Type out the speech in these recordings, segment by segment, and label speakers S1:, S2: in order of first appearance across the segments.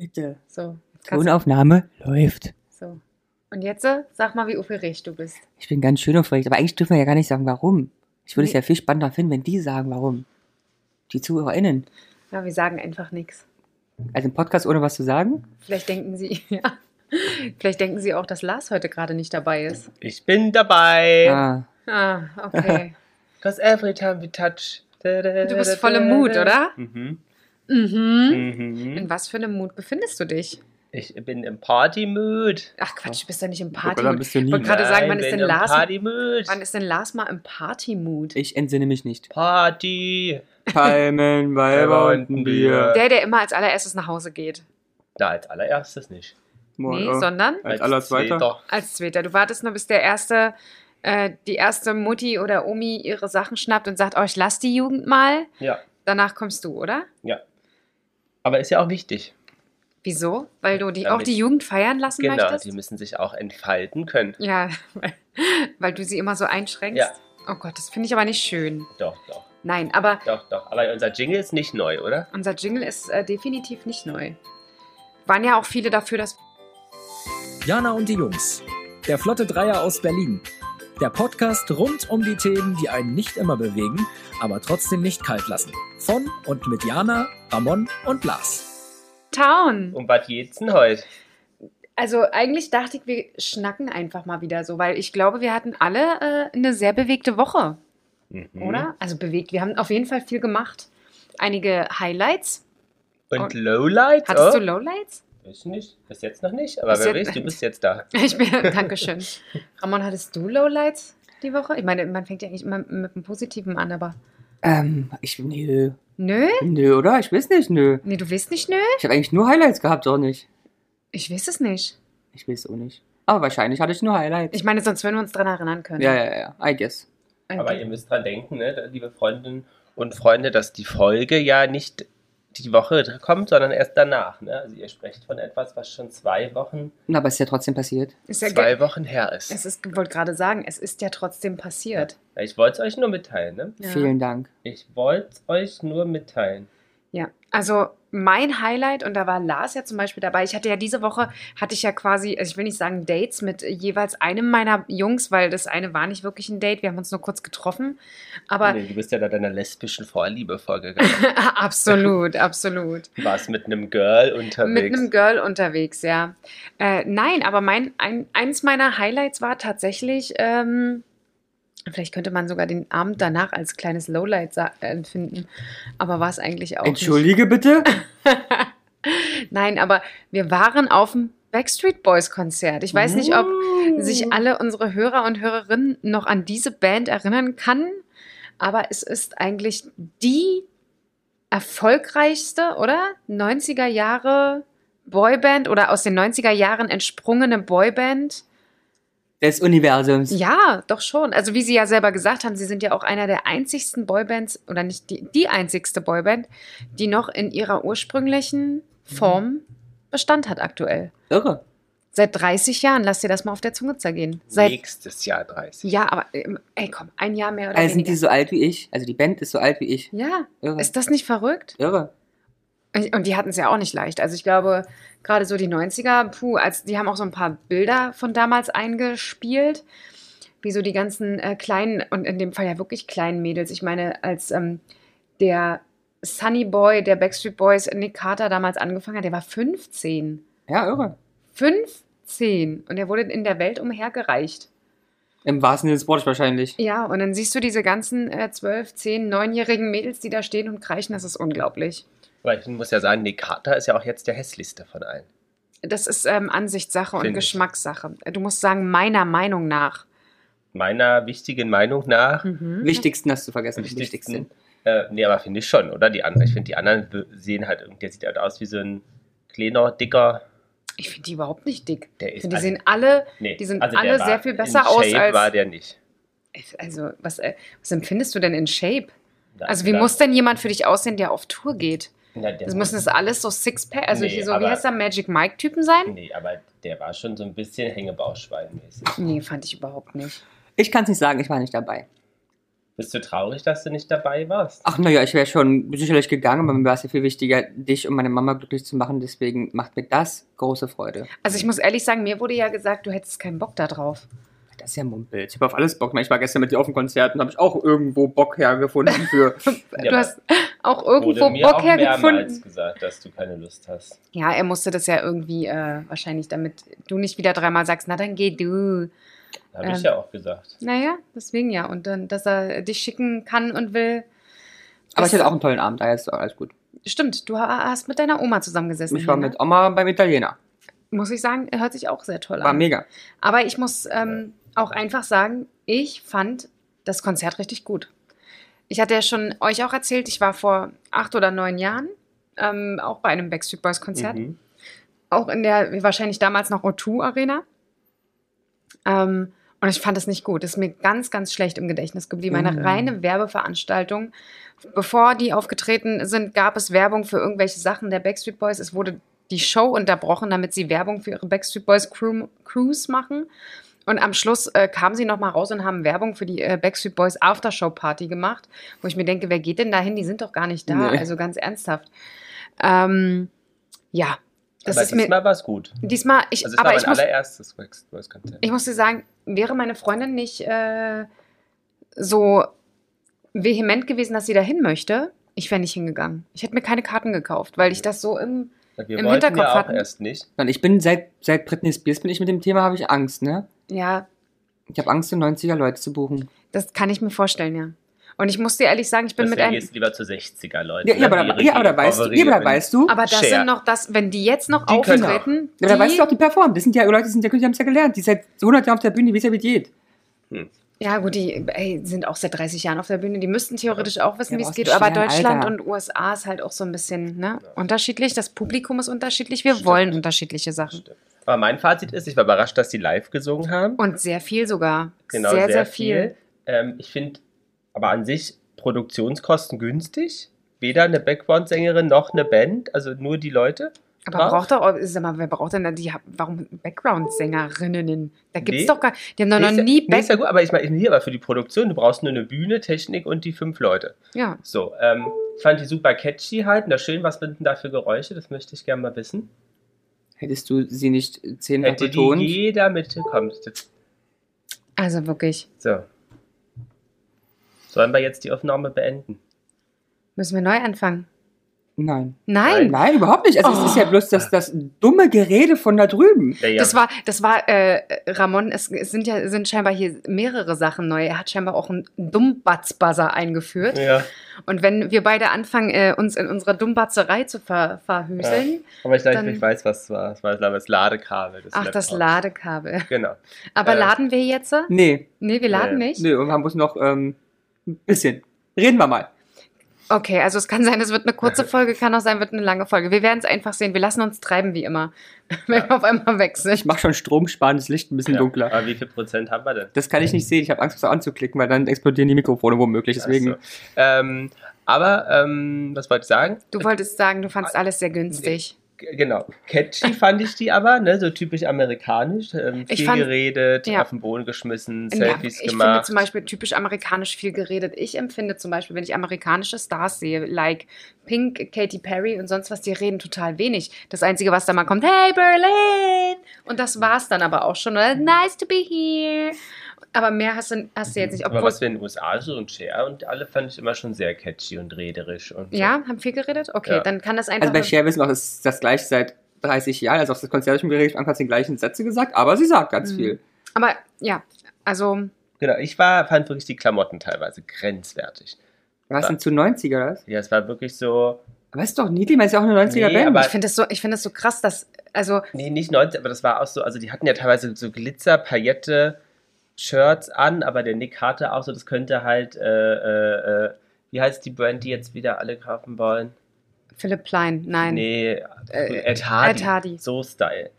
S1: Bitte.
S2: So. jetzt kannst du-
S1: Tonaufnahme läuft.
S2: so. Und jetzt äh, sag mal, wie aufgeregt du bist.
S1: Ich bin ganz schön aufgeregt, aber eigentlich dürfen wir ja gar nicht sagen, warum. Ich würde es
S2: Nee.
S1: ja viel spannender finden, wenn die sagen, warum. Die ZuhörerInnen.
S2: Ja, wir sagen einfach nichts.
S1: Also im Podcast ohne was zu sagen?
S2: Vielleicht denken sie, ja. Vielleicht denken sie auch, dass Lars heute gerade nicht dabei ist.
S3: Ich bin dabei.
S1: Ah,
S2: Ah, okay.
S3: Cause every time we touch.
S2: Du bist voll im Mut, oder?
S3: Mhm.
S2: Mhm. In
S3: mhm.
S2: was für einem Mut befindest du dich?
S3: Ich bin im Party-Mood.
S2: Ach Quatsch, du bist doch nicht im
S1: Gott sei Dank
S2: Party-Mood.
S1: bist du nie.
S2: Ich wollte gerade
S3: Nein,
S2: sagen, wann ist
S3: bin
S2: denn
S3: im
S2: Lars?
S3: Party-Mood.
S2: Wann ist denn Lars mal im Party-Mood?
S1: ich entsinne mich nicht.
S3: Party.
S1: Palmen,
S3: Weiber und ein Bier.
S2: Der, der immer als allererstes nach Hause geht.
S3: Na, als allererstes nicht.
S2: Nee, sondern
S1: Als allerzweiter?
S3: zweiter.
S2: als Zweiter. Du wartest nur, bis der erste, äh, die erste Mutti oder Omi ihre Sachen schnappt und sagt, oh, ich lass die Jugend mal.
S3: Ja,
S2: Danach kommst du, oder?
S3: ja. Aber ist ja auch wichtig.
S2: Wieso? Weil du die,
S3: Weil
S2: auch die
S3: ich-
S2: Jugend feiern lassen
S3: Genau, die
S2: möchtest?
S3: müssen sich auch entfalten können.
S2: Ja, weil, weil du sie immer so einschränkst.
S3: Ja.
S2: Oh Gott, das finde ich aber nicht schön.
S3: Doch, doch,
S2: Nein, aber
S3: doch, doch. Aber unser Jingle ist nicht neu, oder?
S2: unser Jingle ist äh, definitiv nicht neu. Waren ja auch viele dafür, dass
S4: Jana und die Jungs. Der Flotte Dreier aus Berlin. Der Podcast rund um die Themen, die einen nicht immer bewegen, aber trotzdem nicht kalt lassen. Von und mit Jana, Ramon und Lars.
S2: Town.
S3: Um was geht's denn heute?
S2: Also eigentlich dachte ich, wir schnacken einfach mal wieder so, weil ich glaube, wir hatten alle äh, eine sehr bewegte Woche,
S3: Mhm.
S2: oder? Also bewegt. Wir haben auf jeden Fall viel gemacht. Einige Highlights.
S3: Und Lowlights?
S2: Hattest
S3: oh?
S2: du Lowlights?
S3: Weiß nicht. Bis jetzt noch nicht. Aber
S2: Bis
S3: wer
S2: jetzt-
S3: weiß, du bist jetzt da.
S2: Ich bin, Dankeschön. Ramon, hattest du Lowlights die Woche? Ich meine, man fängt ja eigentlich immer mit einem Positiven an, aber
S1: Ähm, ich, nö.
S2: nö?
S1: Nö, oder? Ich weiß nicht, nö.
S2: Nee, du weißt nicht nö?
S1: Ich habe eigentlich nur Highlights gehabt, auch nicht.
S2: Ich weiß es nicht.
S1: Ich weiß auch nicht. Aber wahrscheinlich hatte ich nur Highlights.
S2: Ich meine, sonst würden wir uns dran erinnern können.
S1: ja, ja, ja, I guess.
S2: Also,
S3: Aber ihr müsst dran denken, ne, liebe Freundinnen und Freunde, dass die Folge ja nicht die Woche kommt, sondern erst danach. Ne? Also ihr sprecht von etwas, was schon zwei Wochen,
S1: Na, aber ist ja trotzdem passiert.
S2: ist ja
S3: zwei
S2: ge-
S3: Wochen her ist.
S2: es ist, wollte gerade sagen, es ist ja trotzdem passiert.
S3: Ja, ich wollte es euch nur mitteilen. Ne?
S2: Ja.
S1: Vielen Dank.
S3: Ich wollte es euch nur mitteilen.
S2: Ja, also mein Highlight, und da war Lars ja zum Beispiel dabei, ich hatte ja diese Woche, hatte ich ja quasi, also ich will nicht sagen Dates mit jeweils einem meiner Jungs, weil das eine war nicht wirklich ein Date, wir haben uns nur kurz getroffen, aber
S3: nee, du bist ja da deiner lesbischen Vorliebe vorgegangen.
S2: absolut, absolut.
S3: Du warst mit einem Girl unterwegs.
S2: Mit einem Girl unterwegs, ja. Äh, nein, aber mein, ein, eins meiner Highlights war tatsächlich, ähm, vielleicht könnte man sogar den Abend danach als kleines Lowlight sa- empfinden, aber war es eigentlich auch nicht.
S1: Entschuldige bitte?
S2: Nein, aber wir waren auf dem Backstreet Boys Konzert. Ich weiß nicht, ob
S3: Uh.
S1: Hm.
S2: sich alle unsere Hörer und Hörerinnen noch an diese Band erinnern kann, aber es ist eigentlich die erfolgreichste, oder? 90er Jahre Boyband oder aus den 90er Jahren entsprungene Boyband.
S1: Des Universums.
S2: Ja, doch schon. Also wie Sie ja selber gesagt haben, Sie sind ja auch einer der einzigsten Boybands oder nicht die, die einzigste Boyband, die noch in ihrer ursprünglichen Form Bestand hat aktuell.
S1: Irre.
S2: Seit 30 Jahren, lass dir das mal auf der Zunge zergehen. Seit,
S3: Nächstes Jahr 30.
S2: ja, aber ähm, ey, komm, ein Jahr mehr oder
S1: Also sind
S2: weniger.
S1: die so alt wie ich. Also die Band ist so alt wie ich.
S2: ja,
S1: Irre.
S2: ist das nicht verrückt?
S1: Irre.
S2: Und und die hatten es ja auch nicht leicht. Also ich glaube, gerade so die 90er, puh, als, die haben auch so ein paar Bilder von damals eingespielt, wie so die ganzen äh, kleinen, und in dem Fall ja wirklich kleinen Mädels. Ich meine, als ähm, der Sunny Boy, der Backstreet Boys, Nick Carter damals angefangen hat, der war 15.
S1: Ja, irre.
S2: 15! Und er wurde in der Welt umhergereicht.
S1: Im wahrsten Sinne des Wortes wahrscheinlich.
S2: Ja, und dann siehst du diese ganzen äh, 12, 10, 9-jährigen Mädels, die da stehen und kreischen, das ist unglaublich.
S3: Weil ich muss ja sagen, Nick Carter ist ja auch jetzt der hässlichste von allen.
S2: Das ist ähm, Ansichtssache und
S3: Finde ich.
S2: Geschmackssache. Du musst sagen, meiner Meinung nach.
S3: Meiner wichtigen Meinung nach
S2: Mhm.
S1: Wichtigsten hast du vergessen.
S3: am wichtigsten.
S1: Wichtigsten.
S3: Äh, nee, aber finde ich schon, oder? Die anderen. Ich finde, die anderen be- sehen halt, irgendwie- der sieht halt aus wie so ein kleiner, dicker.
S2: Ich finde die überhaupt nicht dick.
S3: Der
S2: Ich
S3: ist
S2: finde, die
S3: alle-
S2: sehen alle,
S3: Nee,
S2: die sind
S3: also der
S2: alle
S3: war-
S2: sehr viel besser
S3: in
S2: aus
S3: Shape
S2: als.
S3: war der nicht.
S2: Also, was, äh, was empfindest du denn in Shape?
S3: Na,
S2: Also, wie
S3: na,
S2: muss denn jemand für dich aussehen, der auf Tour geht?
S3: na, der
S2: Das müssen das alles so Sixpack, also
S3: Nee,
S2: hier so, wie
S3: aber-
S2: heißt der, Magic Mike-Typen sein?
S3: Nee, aber der war schon so ein bisschen Hängebauschwein-mäßig.
S2: Nee, fand ich überhaupt nicht.
S1: Ich kann es nicht sagen, ich war nicht dabei.
S3: Bist du traurig, dass du nicht dabei warst?
S1: Ach naja, ich wäre schon sicherlich gegangen, aber mir war es ja viel wichtiger, dich und meine Mama glücklich zu machen. Deswegen macht mir das große Freude.
S2: Also ich muss ehrlich sagen, mir wurde ja gesagt, du hättest keinen Bock da drauf.
S1: Das ist ja Mumpel. Ich habe auf alles Bock. ne? Ich war gestern mit dir auf dem Konzert und habe ich auch irgendwo Bock hergefunden für.
S3: Ja,
S2: du hast auch irgendwo
S3: wurde mir
S2: Bock
S3: auch mehrmals
S2: hergefunden.
S3: gesagt, dass du keine Lust hast.
S2: Ja, er musste das ja irgendwie äh, wahrscheinlich, damit du nicht wieder dreimal sagst, na dann geh du.
S3: Habe
S2: Ähm.
S3: ich ja auch gesagt.
S2: Naja, deswegen ja. Und dann, dass er dich schicken kann und will.
S1: Aber ich hatte
S2: Das-
S1: auch einen tollen Abend, da ist alles gut.
S2: Stimmt, du ha- hast mit deiner Oma zusammengesessen.
S1: Ich war
S2: Helena.
S1: mit Oma beim Italiener.
S2: Muss ich sagen, hört sich auch sehr toll
S1: War
S2: an.
S1: mega.
S2: Aber ich muss ähm, auch einfach sagen, ich fand das Konzert richtig gut. Ich hatte ja schon euch auch erzählt, ich war vor acht oder neun Jahren ähm, auch bei einem Backstreet Boys Konzert.
S3: Mhm.
S2: Auch in der wahrscheinlich damals noch O2 Arena. Ähm, und ich fand das nicht gut. Das ist mir ganz, ganz schlecht im Gedächtnis geblieben. Eine
S1: Mm.
S2: reine Werbeveranstaltung. Bevor die aufgetreten sind, gab es Werbung für irgendwelche Sachen der Backstreet Boys. Es wurde die Show unterbrochen, damit sie Werbung für ihre Backstreet Boys Crew, Crews machen. Und am Schluss äh, kamen sie nochmal raus und haben Werbung für die äh, Backstreet Boys Aftershow Party gemacht, wo ich mir denke, wer geht denn dahin? Die sind doch gar nicht da.
S1: Nee.
S2: Also ganz ernsthaft. Ähm, ja, das
S3: aber
S2: ist mir
S3: diesmal war es gut.
S2: diesmal. Ich,
S3: Also es
S2: aber
S3: war
S2: ich
S3: mein
S2: muss
S3: allererstes Backstreet Boys Konzert.
S2: ich muss dir sagen, wäre meine Freundin nicht äh, so vehement gewesen, dass sie dahin möchte, ich wäre nicht hingegangen. Ich hätte mir keine Karten gekauft, weil ich das so im.
S3: Wir
S2: im
S3: wollten
S2: Hinterkopf
S3: ja auch
S2: hatten.
S3: erst nicht.
S1: Und ich bin seit, seit Britney Spears bin ich mit dem Thema, habe ich Angst, ne?
S2: Ja,
S1: Ich habe Angst, den 90er Leute zu buchen.
S2: das kann ich mir vorstellen, ja. Und ich muss dir ehrlich sagen, ich bin
S3: Deswegen
S2: mit einem.
S3: gehst du lieber zu 60er, Leute.
S1: Ja, ja, aber, da, ja, aber da weißt du, ja, aber da weißt du,
S2: Aber das
S3: Share.
S2: sind noch das, wenn die jetzt noch
S3: Die können
S2: auftreten.
S1: ja, aber da weißt du auch, die performen. Das sind ja Leute, die sind ja Künstler, haben es ja gelernt. Die seit 100 Jahren auf der Bühne, die wissen ja, wie es geht.
S2: Ja, gut, die ey, sind auch seit 30 Jahren auf der Bühne. Die müssten theoretisch auch wissen,
S1: Ja,
S2: wie es
S1: aber aus
S2: geht.
S1: dem
S2: Aber
S1: schweren
S2: Deutschland
S1: Alter.
S2: und USA ist halt auch so ein bisschen ne,
S3: Ja.
S2: unterschiedlich. Das Publikum ist unterschiedlich. Wir
S3: Stimmt.
S2: wollen unterschiedliche Sachen.
S3: Stimmt. Aber mein Fazit ist, ich war überrascht, dass die live gesungen haben.
S2: Und sehr viel sogar.
S3: Genau,
S2: sehr, sehr, viel.
S3: Ähm, ich finde aber an sich Produktionskosten günstig. Weder eine Background-Sängerin noch eine Band, also nur die Leute.
S2: Aber
S3: Drauf.
S2: braucht doch, sag mal, wer braucht denn da die, warum Background-Sängerinnen? Da gibt's
S3: Nee.
S2: doch gar, die haben doch
S3: Nee,
S2: noch
S3: ist ja-
S2: nie
S3: nee, ist ja
S2: Back.
S3: gut, aber ich meine, hier aber für die Produktion, du brauchst nur eine Bühne, Technik und die fünf Leute.
S2: Ja,
S3: So, ähm, ich fand die super catchy halt. Und da schön, was sind denn da für Geräusche? Das möchte ich gerne mal wissen.
S1: Hättest du sie nicht zehnmal
S3: Hätte
S1: betont?
S3: die jeder mitbekommen.
S2: also wirklich.
S3: So. Sollen wir jetzt die Aufnahme beenden?
S2: Müssen wir neu anfangen?
S1: Nein.
S2: Nein.
S1: Nein, überhaupt nicht. Also
S2: Oh.
S1: es ist ja bloß das, das dumme Gerede von da drüben.
S3: Ja, ja.
S2: Das war, das war, äh, Ramon, es, es sind ja, sind scheinbar hier mehrere Sachen neu. Er hat scheinbar auch einen Dummbatz-Buzzer eingeführt.
S3: ja.
S2: Und wenn wir beide anfangen, äh, uns in unserer Dummbatzerei zu ver verhüseln,
S3: Aber ich
S2: Dann-
S3: glaube, ich weiß, was es war. Es war ich glaube, das Ladekabel. Des
S2: ach, das
S3: Laptops.
S2: Ladekabel.
S3: Genau.
S2: Aber
S3: Äh.
S2: laden wir jetzt?
S1: Nee,
S2: Nee, wir laden
S3: Nee.
S2: nicht.
S1: nee, und man muss noch ähm, ein bisschen. Reden wir mal.
S2: Okay, also es kann sein, es wird eine kurze Folge, kann auch sein, wird eine lange Folge. Wir werden es einfach sehen. Wir lassen uns treiben wie immer, wenn wir auf einmal weg
S1: Ich
S2: sind.
S1: mache schon stromsparendes Licht ein bisschen
S3: Ja.
S1: dunkler.
S3: Aber wie viel Prozent haben wir denn?
S1: Das kann ich nicht sehen. Ich habe Angst, es anzuklicken, weil dann explodieren die Mikrofone womöglich. Deswegen.
S3: Ach so. Ähm, aber, ähm, was wollte ich sagen?
S2: Du wolltest sagen, du
S3: Ah,
S2: fandst alles sehr günstig.
S3: G genau. Catchy fand ich die aber, ne? so typisch amerikanisch. Ähm,
S2: Ich
S3: viel
S2: fand-
S3: geredet,
S2: ja.
S3: auf den Boden geschmissen,
S2: Ja,
S3: Selfies
S2: ich finde
S3: gemacht.
S2: zum Beispiel typisch amerikanisch viel geredet. Ich empfinde zum Beispiel, wenn ich amerikanische Stars sehe, like Pink, Katy Perry und sonst was, die reden total wenig. Das Einzige, was da mal kommt, hey Berlin! Und das war's dann aber auch schon. Oder, Nice to be here. Aber mehr hast du, hast du jetzt nicht.
S3: Mhm. aber
S2: Obwohl,
S3: was wir in den USA so und Cher und alle fand ich immer schon sehr catchy und rederisch. Und so.
S2: ja, haben viel geredet? Okay,
S3: Ja.
S2: dann kann das einfach...
S1: Also bei Cher wissen wir auch, es ist das gleiche seit 30 Jahren. Also auf das Konzert habe ich mir geredet, hat sie die gleichen Sätze gesagt, aber sie sagt ganz
S2: Mhm.
S1: viel.
S2: aber ja, also...
S3: Genau, ich war, fand wirklich die Klamotten teilweise grenzwertig.
S1: Was
S3: Ja.
S1: denn zu 90 oder was?
S3: Ja, es war wirklich so,
S1: Aber ist doch niedlich, man ist ja auch eine 90er
S3: Nee,
S1: Band.
S3: aber-
S2: Ich finde das, so, ich find das so krass, dass, also,
S3: Nee, nicht 90, aber das war auch so, also die hatten ja teilweise so Glitzer, Paillette, Shirts an, aber der Nick hatte auch so, das könnte halt, äh, äh, äh, wie heißt die Brand, die jetzt wieder alle kaufen wollen?
S2: Philipp Plein, nein.
S3: Nee,
S2: Äh,
S3: Ed Hardy.
S2: Ed Hardy.
S3: So Style.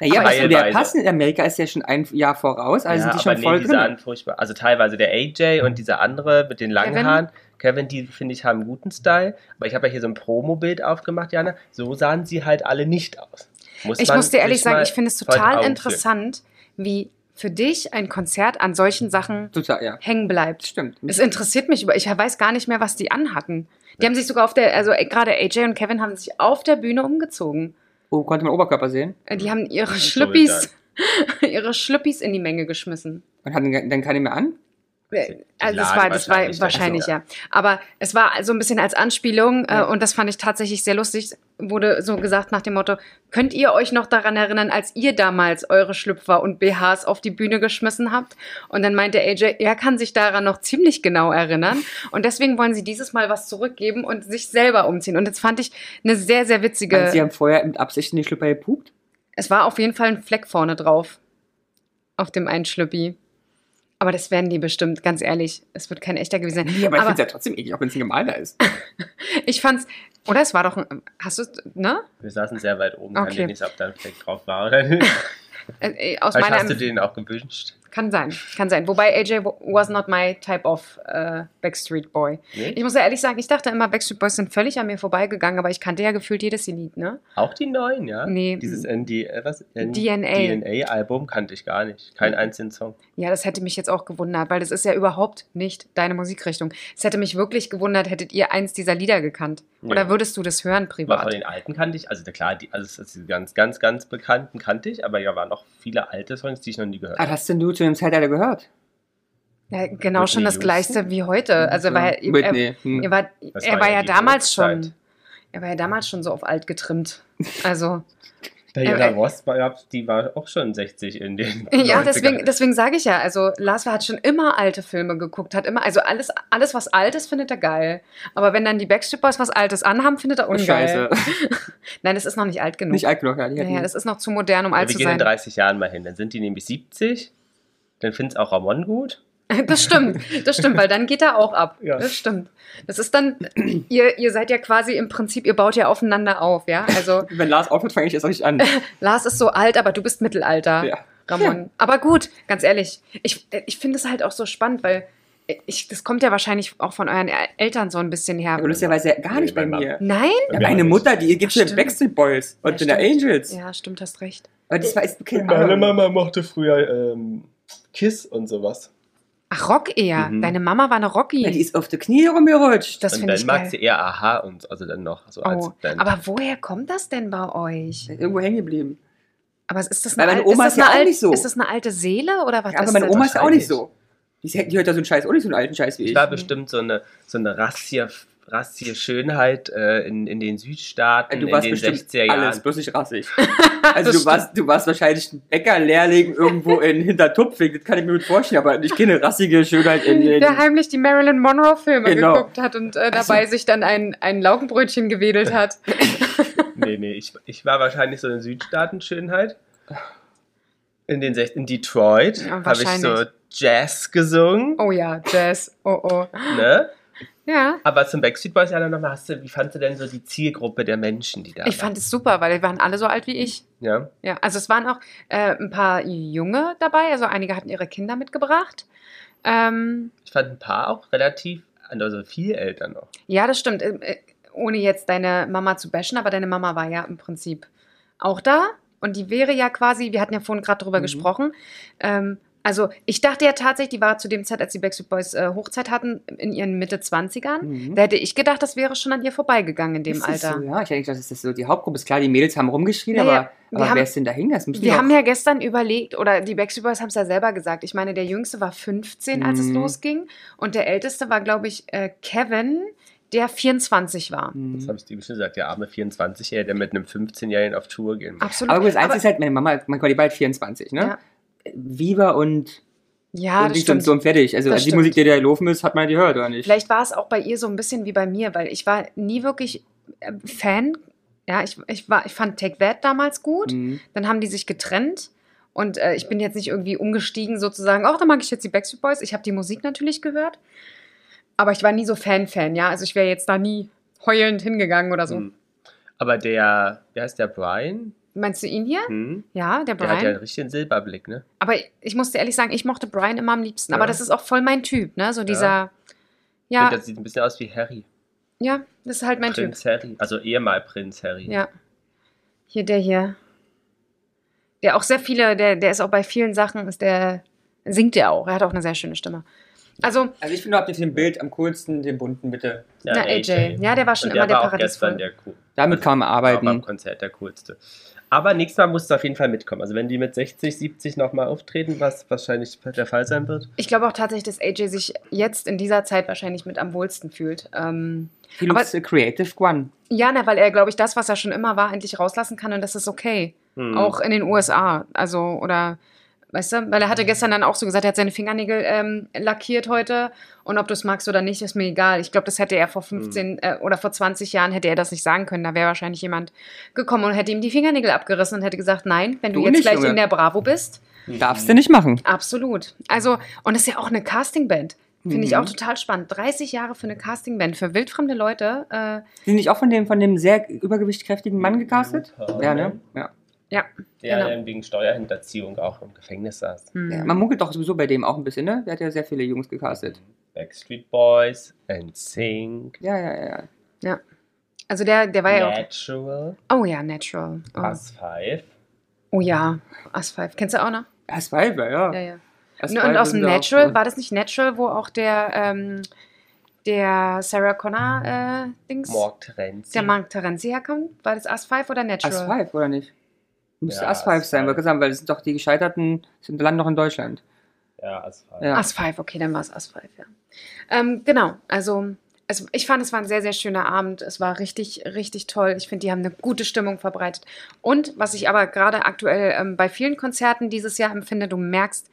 S1: Naja, aber
S3: aber teilweise.
S1: der passt in Amerika ist ja schon ein Jahr voraus, also
S3: ja,
S1: sind die
S3: aber
S1: schon voll
S3: die
S1: drin.
S3: sahen furchtbar. Also teilweise der AJ und dieser andere mit den langen
S2: Kevin?
S3: Haaren. Kevin, die finde ich haben guten Style, aber ich habe ja hier so ein Promo-Bild aufgemacht, Jana. So sahen sie halt alle nicht aus.
S2: ich
S3: man
S2: muss dir ehrlich
S3: sich
S2: sagen,
S3: mal
S2: ich finde es
S3: vor den Augen
S2: total
S3: führen.
S2: interessant, wie für dich ein Konzert an solchen Sachen
S1: Total, ja.
S2: hängen bleibt.
S1: Stimmt.
S2: Es interessiert mich über. Ich weiß gar nicht mehr, was die anhatten. Die haben sich sogar auf der, also äh, gerade AJ und Kevin haben sich auf der Bühne umgezogen.
S1: Oh, konnte man Oberkörper sehen
S2: Äh, Die haben ihre
S3: ist
S2: Schlüppis, ihre Schlüppis in die Menge geschmissen.
S1: und hatten dann keine mehr an?
S2: Äh,
S3: Die
S2: Also das
S3: Lagen
S2: war, das war
S3: wahrscheinlich,
S2: wahrscheinlich,
S3: dachte ich.
S2: ja. Aber es war so ein bisschen als Anspielung äh,
S1: Ja.
S2: und das fand ich tatsächlich sehr lustig. Wurde so gesagt nach dem Motto: Könnt ihr euch noch daran erinnern, als ihr damals eure Schlüpfer und BHs auf die Bühne geschmissen habt? Und dann meinte AJ, er kann sich daran noch ziemlich genau erinnern und deswegen wollen sie dieses Mal was zurückgeben und sich selber umziehen. Und das fand ich eine sehr, sehr
S1: Meinst du, Sie
S2: witzige.
S1: haben vorher mit Absicht in die Schlüpper gepupt?
S2: Es war auf jeden Fall ein Fleck vorne drauf auf dem einen Schlüppi. Aber das werden die bestimmt, ganz ehrlich. Es wird kein echter gewesen sein.
S1: Nee, aber, ich
S2: Aber-
S1: finde es ja trotzdem eklig, auch wenn es ein gemalter ist.
S2: Ich fand's. Oder es war doch ein. Hast du. Ne?
S3: Wir saßen sehr weit oben, kann
S2: Okay.
S3: ich nicht, ob da ein Fleck drauf war oder nicht.
S2: Äh, äh, Aus
S3: Vielleicht
S2: meiner.
S3: hast du den auch gewünscht.
S2: Kann sein, kann sein. Wobei AJ wa- was not my type of äh, Backstreet Boy.
S3: Nee?
S2: Ich muss ja ehrlich sagen, ich dachte immer, Backstreet Boys sind völlig an mir vorbeigegangen, aber ich kannte ja gefühlt jedes Lied, ne?
S3: Auch die neuen, ja?
S2: Nee.
S3: Dieses ND, äh, was? N-
S2: DNA.
S3: DNA-Album kannte ich gar nicht.
S2: Mhm.
S3: Keinen einzigen Song.
S2: Ja, das hätte mich jetzt auch gewundert, weil das ist ja überhaupt nicht deine Musikrichtung. Es hätte mich wirklich gewundert, hättet ihr eins dieser Lieder gekannt.
S3: Ja.
S2: Oder würdest du das hören
S3: Aber von
S2: privat?
S3: den alten kannte ich, also na klar, die, also das- die ganz, ganz, ganz bekannten kannte ich, aber ja, waren noch viele alte Songs, die ich noch nie gehört
S1: Was
S3: habe.
S1: hast denn du zu dem Zeitalter gehört?
S2: Ja, genau
S3: Whitney
S2: schon das
S3: Houston?
S2: gleiche wie heute. Also, weil
S1: ja.
S2: er,
S1: Whitney. hm.
S2: Er war,
S3: Hm, Das
S2: er
S3: war
S2: war,
S3: ja
S2: ja,
S3: die
S2: damals
S3: Hochzeit.
S2: schon. Er war ja damals schon so auf alt getrimmt. Also,
S3: Diana
S2: äh,
S3: Ross war, ja- die war auch schon 60 in den.
S2: ja,
S3: 90ern.
S2: deswegen, deswegen sage ich ja, also Lars hat schon immer alte Filme geguckt, hat immer, also alles, alles was alt ist, findet er geil. Aber wenn dann die Backstreet Boys was Altes anhaben, findet er ungeil.
S1: Oh, Scheiße.
S2: Nein, das ist noch nicht alt genug.
S1: Nicht alt genug, ja. Die
S2: naja,
S1: hätten-
S2: das ist noch zu modern, um
S3: Ja,
S2: alt
S3: wir
S2: zu
S3: gehen in
S2: sein.
S3: 30 Jahren mal hin. Dann sind die nämlich 70. Dann findet auch Ramon gut.
S2: Das stimmt, das stimmt, weil dann geht er auch ab.
S3: Ja.
S2: Das stimmt. Das ist dann, ihr, ihr seid ja quasi im Prinzip, ihr baut ja aufeinander auf, ja? Also
S1: Wenn Lars aufhört, fange ich erst richtig an.
S2: Lars ist so alt, aber du bist Mittelalter.
S1: ja.
S2: Ramon. Aber gut, ganz ehrlich, ich, ich finde es halt auch so spannend, weil ich, das kommt ja wahrscheinlich auch von euren El- Eltern so ein bisschen her.
S1: Aber lustigerweise gar
S3: Nee,
S1: nicht bei
S3: mein Mann.
S1: mir.
S2: Nein?
S1: Ja, meine
S3: nicht.
S1: Mutter, die gibt
S2: Ja,
S1: schon
S2: stimmt.
S1: Backstreet Boys und
S2: Ja,
S1: ja,
S2: stimmt.
S1: Angels.
S2: Ja, stimmt, hast recht.
S1: Aber das war jetzt keine
S3: Meine
S1: Ahnung.
S3: Mama mochte früher ähm, Kiss und sowas.
S2: Ach, Rock eher.
S3: Mhm.
S2: Deine Mama war eine
S1: Ja, die
S2: Rocky.
S1: ist auf die Knie rumgerutscht.
S2: Das
S3: und
S2: finde
S3: dann
S2: ich
S3: mag
S2: geil.
S3: sie eher Aha und also dann noch so als
S2: Oh,
S3: Band.
S2: aber woher kommt das denn bei euch?
S1: halt Irgendwo hängen geblieben.
S2: Aber ist das
S1: Weil
S2: eine,
S1: meine
S2: al-
S1: Oma
S2: ist
S1: ist ja
S2: das eine
S1: auch
S2: al-
S1: nicht so.
S2: Ist das eine alte Seele oder was
S1: Ja, aber
S2: ist
S1: meine
S2: das?
S1: Oma ist ja auch nicht
S3: wahrscheinlich.
S1: so. Die, ist- die hört ja so einen Scheiß, auch nicht so einen alten Scheiß wie
S3: ich
S1: ich.
S3: war bestimmt so eine, so eine rassier, rassier Schönheit äh, in, in den Südstaaten
S1: Äh, du
S3: in
S1: warst
S3: den
S1: bestimmt
S3: 60er Jahren.
S1: alles, bloß nicht rassig. Also
S2: Das
S1: du warst, du warst wahrscheinlich ein Bäckerlehrling irgendwo in Hintertupfing, das kann ich mir gut vorstellen, aber ich kenne rassige Schönheit in, in
S2: der heimlich die Marilyn Monroe-Filme
S1: Genau.
S2: geguckt hat und äh, dabei sich dann ein, ein Laugenbrötchen gewedelt hat.
S3: Nee, nee, ich, ich war wahrscheinlich so eine Südstaaten-Schönheit. In, den Sech- in Detroit
S2: Ja,
S3: habe ich so
S2: wahrscheinlich.
S3: Jazz gesungen.
S2: Oh ja, Jazz. Oh oh.
S3: Ne?
S2: Ja.
S3: Aber zum Backstreet Boys, Jana, nochmal, hast du, wie fandst du denn so die Zielgruppe der Menschen, die da
S2: Ich fand es super, weil die waren alle so alt wie
S1: Mhm.
S2: ich.
S3: Ja?
S2: Ja, also es waren auch äh, ein paar Junge dabei, also einige hatten ihre Kinder mitgebracht. Ähm,
S3: Ich fand ein paar auch relativ, also viel älter noch.
S2: ja, das stimmt. Ähm, äh, ohne jetzt deine Mama zu bashen, aber deine Mama war ja im Prinzip auch da. Und die wäre ja quasi, wir hatten ja vorhin gerade drüber
S1: Mhm.
S2: gesprochen. Ähm, also ich dachte ja tatsächlich, die war zu dem Zeit, als die Backstreet Boys äh, Hochzeit hatten, in ihren Mitte 20ern.
S1: Mhm.
S2: Da hätte ich gedacht, das wäre schon an ihr vorbeigegangen in dem
S1: Das ist
S2: Alter.
S1: So, ja, ich hätte gedacht, das ist so die Hauptgruppe. Ist klar, die Mädels haben rumgeschrien,
S2: Naja, wir
S1: aber, aber
S2: haben-
S1: wer ist denn da hingegangen? Das müssen die
S2: Wir
S1: doch-
S2: haben ja gestern überlegt, oder die Backstreet Boys haben es ja selber gesagt. Ich meine, der Jüngste war 15, als es
S1: Mhm.
S2: losging. Und der Älteste war, glaube ich, äh, Kevin, der 24 war.
S3: Das
S1: Mhm.
S3: habe ich dir schon gesagt, der arme 24-Jährige, der mit einem 15-Jährigen auf Tour gehen muss.
S2: Absolut.
S1: Aber gut, das Einzige
S2: Aber-
S1: ist halt, meine Mama, mein Gott, die war halt 24, ne? Viva und,
S2: ja,
S1: und
S2: Ah, das
S1: die sind
S2: stimmt.
S1: so und fertig. Also
S2: Das
S1: die
S2: stimmt.
S1: Musik, die da gelaufen ist, hat man ja gehört, oder nicht?
S2: Vielleicht war es auch bei ihr so ein bisschen wie bei mir, weil ich war nie wirklich äh, Fan. Ja, ich, ich, war, ich fand Take That damals gut.
S1: Mhm.
S2: Dann haben die sich getrennt. Und äh, ich bin jetzt nicht irgendwie umgestiegen, sozusagen, ach, da mag ich jetzt die Backstreet Boys. Ich habe die Musik natürlich gehört. Aber ich war nie so Fan-Fan, ja. Also ich wäre jetzt da nie heulend hingegangen oder so.
S3: Hm. Aber der, wie heißt der, Brian?
S2: Meinst du ihn hier?
S3: Hm?
S2: Ja, der
S3: Der hat ja
S2: Brian.
S3: einen richtigen Silberblick, ne?
S2: aber ich, ich muss dir ehrlich sagen, ich mochte Brian immer am liebsten.
S3: Ja.
S2: Aber das ist auch voll mein Typ, ne? So dieser.
S3: Ich
S2: Ja,
S3: finde, das sieht ein bisschen aus wie Harry.
S2: ja, das ist halt mein Typ.
S3: Prinz Harry. Also ehemal Prinz Harry.
S2: Ja. Hier, der hier. Der auch sehr viele, der, der ist auch bei vielen Sachen, ist der, singt der auch. Er hat auch eine sehr schöne Stimme. Also,
S1: Also ich finde überhaupt nicht den Bild am coolsten, den bunten bitte.
S2: na, AJ. Ja, der war schon
S3: Und
S2: immer
S3: der
S2: der
S3: war auch gestern
S2: Paradiesvogel.
S3: der cool.
S1: Damit kann man
S3: War beim
S1: arbeiten.
S3: Konzert der coolste. Aber nächstes Mal musst du auf jeden Fall mitkommen. Also wenn die mit 60, 70 nochmal auftreten, was wahrscheinlich der Fall sein wird.
S2: Ich glaube auch tatsächlich, dass AJ sich jetzt in dieser Zeit wahrscheinlich mit am wohlsten fühlt. Ähm,
S1: Felix äh, Creative One.
S2: ja, na, weil er, glaube ich, das, was er schon immer war, endlich rauslassen kann und das ist okay.
S3: Hm.
S2: Auch in den USA. Also, oder, weißt du, weil er
S3: Mhm.
S2: hatte gestern dann auch so gesagt, er hat seine Fingernägel ähm, lackiert heute und ob du es magst oder nicht, ist mir egal. Ich glaube, das hätte er vor 15
S3: Mhm.
S2: äh, oder vor 20 Jahren, hätte er das nicht sagen können. Da wäre wahrscheinlich jemand gekommen und hätte ihm die Fingernägel abgerissen und hätte gesagt, nein, wenn du,
S1: Du
S2: jetzt
S1: nicht,
S2: gleich
S1: Junge.
S2: in der Bravo bist,
S1: Darfst du nicht machen.
S2: Absolut. Also, und das ist ja auch eine Castingband. Finde ich
S1: Mhm.
S2: auch total spannend. 30 Jahre für eine Castingband für wildfremde Leute. Äh,
S1: Sind nicht auch von dem, von dem sehr übergewichtkräftigen Mann gecastet?
S3: Looper.
S1: Ja, ne? Ja.
S3: Der
S2: Genau.
S3: ähm, wegen Steuerhinterziehung auch im Gefängnis saß.
S2: hm.
S1: Man munkelt doch sowieso bei dem auch ein bisschen, ne? Der hat ja sehr viele Jungs gecastet.
S3: Backstreet Boys, NSYNC,
S1: Ja, ja, ja, ja.
S2: Also der, der war ja
S3: Natural,
S2: auch. Oh ja, Natural. Oh,
S3: Us Five.
S2: oh ja, Us Five. Kennst du auch noch?
S1: Das war ja.
S2: Ja,
S1: ja.
S2: ja.
S1: Das
S2: Ne,
S1: war
S2: und
S1: ja
S2: aus dem
S1: so ein-
S2: Natural, war das nicht Natural, wo auch der, ähm, der Sarah Connor äh, Dings,
S3: Morg Terenzi.
S2: der Mark Terenzi herkommt? War das Us Five oder Natural?
S1: As 5, oder nicht? Müsste
S3: Ja, halt
S1: As 5
S3: As
S1: sein,
S3: Five.
S1: wollte ich sagen, weil das sind doch die Gescheiterten, sind landen noch in Deutschland.
S3: Ja, Us Five.
S1: Ja.
S2: As 5, okay, dann war es As 5, ja. Ähm, genau, also es, ich fand, es war ein sehr, sehr schöner Abend. Es war richtig, richtig toll. Ich finde, die haben eine gute Stimmung verbreitet. Und was ich aber gerade aktuell ähm, bei vielen Konzerten dieses Jahr empfinde, du merkst,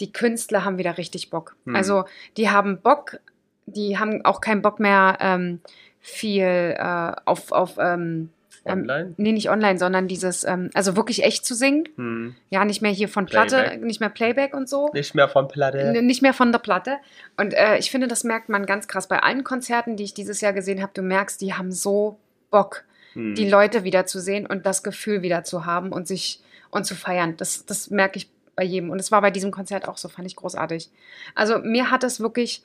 S2: die Künstler haben wieder richtig Bock.
S3: Hm.
S2: Also die haben Bock, die haben auch keinen Bock mehr ähm, viel äh, auf, auf ähm,
S3: Online.
S2: nee, nicht online, sondern dieses, ähm, also wirklich echt zu singen.
S3: Hm.
S2: Ja, nicht mehr hier von Platte,
S3: Playback.
S2: nicht mehr Playback und so.
S3: Nicht mehr von Platte.
S2: N- Nicht mehr von der Platte. Und äh, ich finde, das merkt man ganz krass bei allen Konzerten, die ich dieses Jahr gesehen habe. Du merkst, die haben so Bock,
S3: Hm.
S2: die Leute wieder zu sehen und das Gefühl wieder zu haben und sich und zu feiern. Das, das merke ich bei jedem. Und es war bei diesem Konzert auch so, fand ich großartig. Also mir hat es wirklich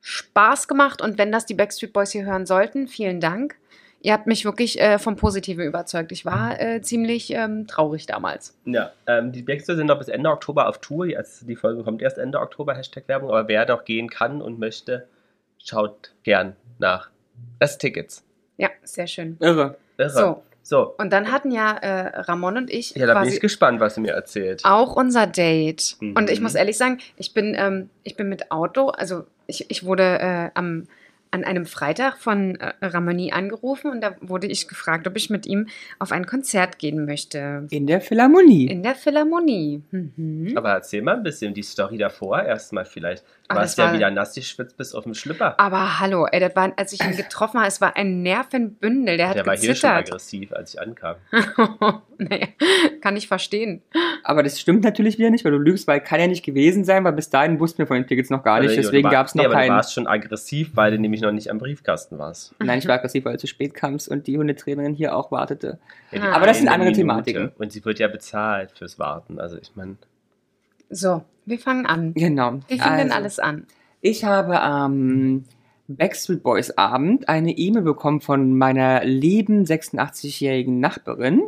S2: Spaß gemacht. Und wenn das die Backstreet Boys hier hören sollten, vielen Dank. Ihr habt mich wirklich äh, vom Positiven überzeugt. Ich war äh, ziemlich ähm, traurig damals.
S3: Ja, ähm, die Backstreet sind noch bis Ende Oktober auf Tour. Also die Folge kommt erst Ende Oktober, Hashtag Werbung. Aber wer noch gehen kann und möchte, schaut gern nach. Das Tickets.
S2: Ja, sehr schön.
S1: Irre.
S3: Irre. So.
S2: So, und dann hatten ja äh, Ramon und ich
S3: Ja, da bin ich gespannt, was ihr mir erzählt.
S2: auch unser Date.
S3: Mhm.
S2: Und ich muss ehrlich sagen, ich bin, ähm, ich bin mit Auto, also ich, ich wurde äh, am, an einem Freitag von äh, Ramoni angerufen und da wurde ich gefragt, ob ich mit ihm auf ein Konzert gehen möchte.
S1: In der Philharmonie.
S2: In der Philharmonie. Mhm.
S3: Aber erzähl mal ein bisschen die Story davor erstmal vielleicht. Du
S2: Ah,
S3: warst
S2: das
S3: ja
S2: war-
S3: wieder nass, die schwitzt bis auf den Schlipper.
S2: Aber hallo, ey, das war, als ich ihn getroffen habe, es war ein Nervenbündel, der hat
S3: Der war hier schon
S2: gezittert.
S3: aggressiv, als ich ankam.
S2: naja, kann ich verstehen.
S1: Aber das stimmt natürlich wieder nicht, weil du lügst, weil kann ja nicht gewesen sein, weil bis dahin wussten wir von den Tickets noch gar nicht,
S3: Also, du
S1: deswegen
S3: warst-
S1: gab es noch
S3: nee, aber Du
S1: keinen.
S3: warst schon aggressiv, weil du nämlich noch nicht am Briefkasten warst.
S1: Nein, ich war aggressiv, weil du zu spät kamst und die Hundetrainerin hier auch wartete.
S3: Ja, die
S2: Aber
S1: das sind
S3: eine
S1: andere
S3: Minute.
S1: Thematiken.
S3: Und sie wird ja bezahlt fürs Warten. Also ich meine,
S2: So, wir fangen an.
S1: Genau.
S2: Wie fing denn
S1: Also,
S2: alles an?
S1: Ich habe am Backstreet Boys Abend eine E-Mail bekommen von meiner lieben 86-jährigen Nachbarin,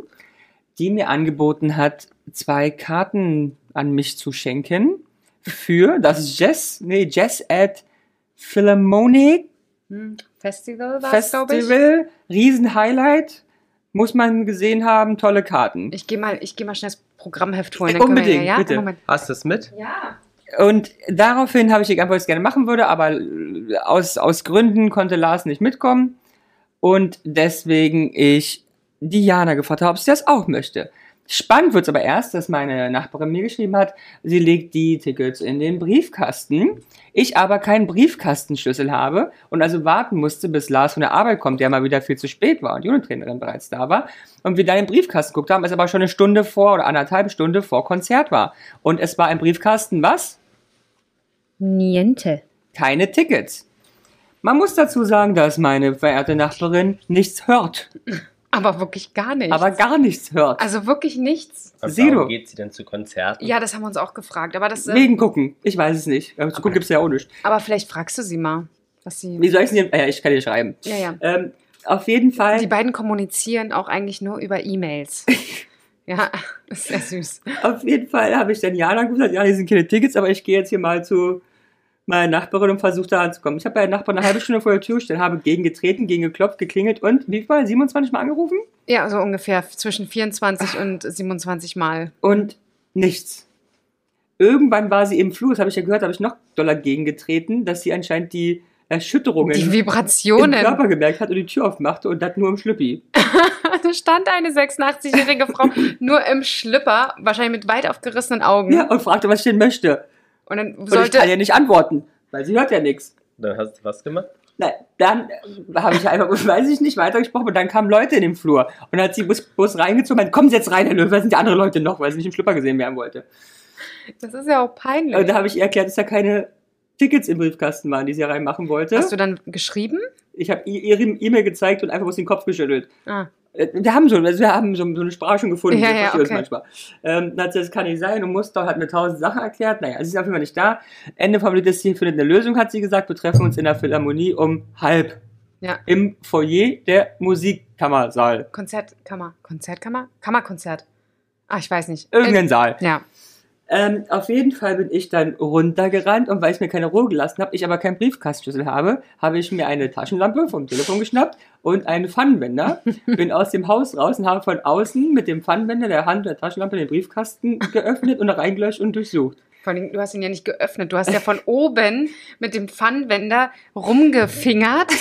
S1: die mir angeboten hat, zwei Karten an mich zu schenken für das Jazz, nee, Jazz at Philharmonic
S2: Hm, Festival war es, glaube ich.
S1: Festival, Riesenhighlight, muss man gesehen haben, tolle Karten.
S2: Ich gehe mal, ich geh mal schnell das Programmheft holen.
S1: Äh,
S2: Dann können
S1: unbedingt,
S2: wir, ja,
S1: bitte.
S2: Moment.
S3: hast du es mit?
S2: Ja.
S1: Und daraufhin habe ich ihr geantwortet, was ich gerne machen würde, aber äh, aus, aus Gründen konnte Lars nicht mitkommen. Und deswegen ich Diana gefragt habe, ob sie das auch möchte. Spannend wird es aber erst, dass meine Nachbarin mir geschrieben hat, sie legt die Tickets in den Briefkasten. Ich aber keinen Briefkastenschlüssel habe und also warten musste, bis Lars von der Arbeit kommt, der mal wieder viel zu spät war und die Jugendtrainerin bereits da war. Und wir dann den Briefkasten geguckt haben, es aber schon eine Stunde vor oder anderthalb Stunde vor Konzert war. Und es war im Briefkasten was?
S2: Niente.
S1: keine Tickets. Man muss dazu sagen, dass meine verehrte Nachbarin nichts hört,
S2: Aber wirklich gar nicht.
S1: aber gar nichts hört.
S2: also wirklich nichts.
S3: Und
S1: Zero.
S3: Warum geht sie denn zu Konzerten?
S2: Ja, das haben wir uns auch gefragt. Aber, das, äh,
S1: Wegen gucken, ich weiß es nicht. Ja, Zu gucken gibt's ja auch nicht.
S2: aber vielleicht fragst du sie mal, was
S1: Wie
S2: sie.
S1: soll ich es denn? Ah Ja, ich kann dir schreiben.
S2: Ja, ja.
S1: Ähm, auf jeden Fall.
S2: Die beiden kommunizieren auch eigentlich nur über E-Mails. Ja, ist sehr süß.
S1: Auf jeden Fall habe ich dann Jana gesagt, ja, hier sind keine Tickets, aber ich gehe jetzt hier mal zu meiner Nachbarin und versuche da anzukommen. Ich habe bei der Nachbarin eine halbe Stunde vor der Tür stehen, habe gegengetreten, gegen geklopft, geklingelt und wie viel? Mal? 27 Mal angerufen
S2: Ja, so ungefähr zwischen 24 und 27 Mal.
S1: und nichts. Irgendwann war sie im Flur, das habe ich ja gehört, habe ich noch doller gegengetreten, dass sie anscheinend die Erschütterungen
S2: Die
S1: im
S2: Vibrationen.
S1: Körper gemerkt hat und die Tür aufmachte und das nur im Schlüppi.
S2: Da stand eine 86-jährige Frau nur im Schlipper, wahrscheinlich mit weit aufgerissenen Augen.
S1: Ja, und fragte, was ich denn möchte.
S2: Und dann
S1: Und ich kann
S2: Mhm. sollte.
S1: ja nicht antworten, weil sie hört ja nichts.
S3: Dann hast du was gemacht?
S1: Na, dann äh, habe ich einfach, weiß ich nicht, weitergesprochen und dann kamen Leute in den Flur. Und dann hat sie Bus, Bus reingezogen und meinte, kommen Sie jetzt rein, Herr Löwe, da sind die anderen Leute noch, weil sie nicht im Schlüpper gesehen werden wollte.
S2: Das ist ja auch peinlich.
S1: Und da habe ich ihr erklärt, dass da keine Tickets im Briefkasten waren, die sie reinmachen wollte.
S2: Hast du dann geschrieben?
S1: ich habe ihr ihre E-Mail gezeigt und einfach bloß den Kopf geschüttelt.
S2: Ah.
S1: Äh, Wir haben schon, also wir haben schon so eine Sprache schon gefunden,
S2: Ja,
S1: wir
S2: ja,
S1: verstehen uns
S2: okay.
S1: manchmal. Ähm, dann hat sie, das kann nicht sein und Mustau hat mir tausend Sachen erklärt. Naja, sie ist auf jeden Fall nicht da. Ende vom Lied ist, hier findet eine Lösung, hat sie gesagt. Wir treffen uns in der Philharmonie um halb.
S2: Ja.
S1: Im Foyer der Musikkammersaal.
S2: Konzertkammer. Konzertkammer? Kammerkonzert. Ah, ich weiß nicht.
S1: Irgendein Saal.
S2: In, ja.
S1: Ähm, auf jeden Fall bin ich dann runtergerannt und weil ich mir keine Ruhe gelassen habe, ich aber keinen Briefkastenschlüssel habe, habe ich mir eine Taschenlampe vom Telefon geschnappt und einen Pfannenwender, bin aus dem Haus raus und habe von außen mit dem Pfannenwender der Hand der Taschenlampe den Briefkasten geöffnet und reingelöscht und durchsucht.
S2: Vor allem, du hast ihn ja nicht geöffnet. Du hast ja von oben mit dem Pfannenwender rumgefingert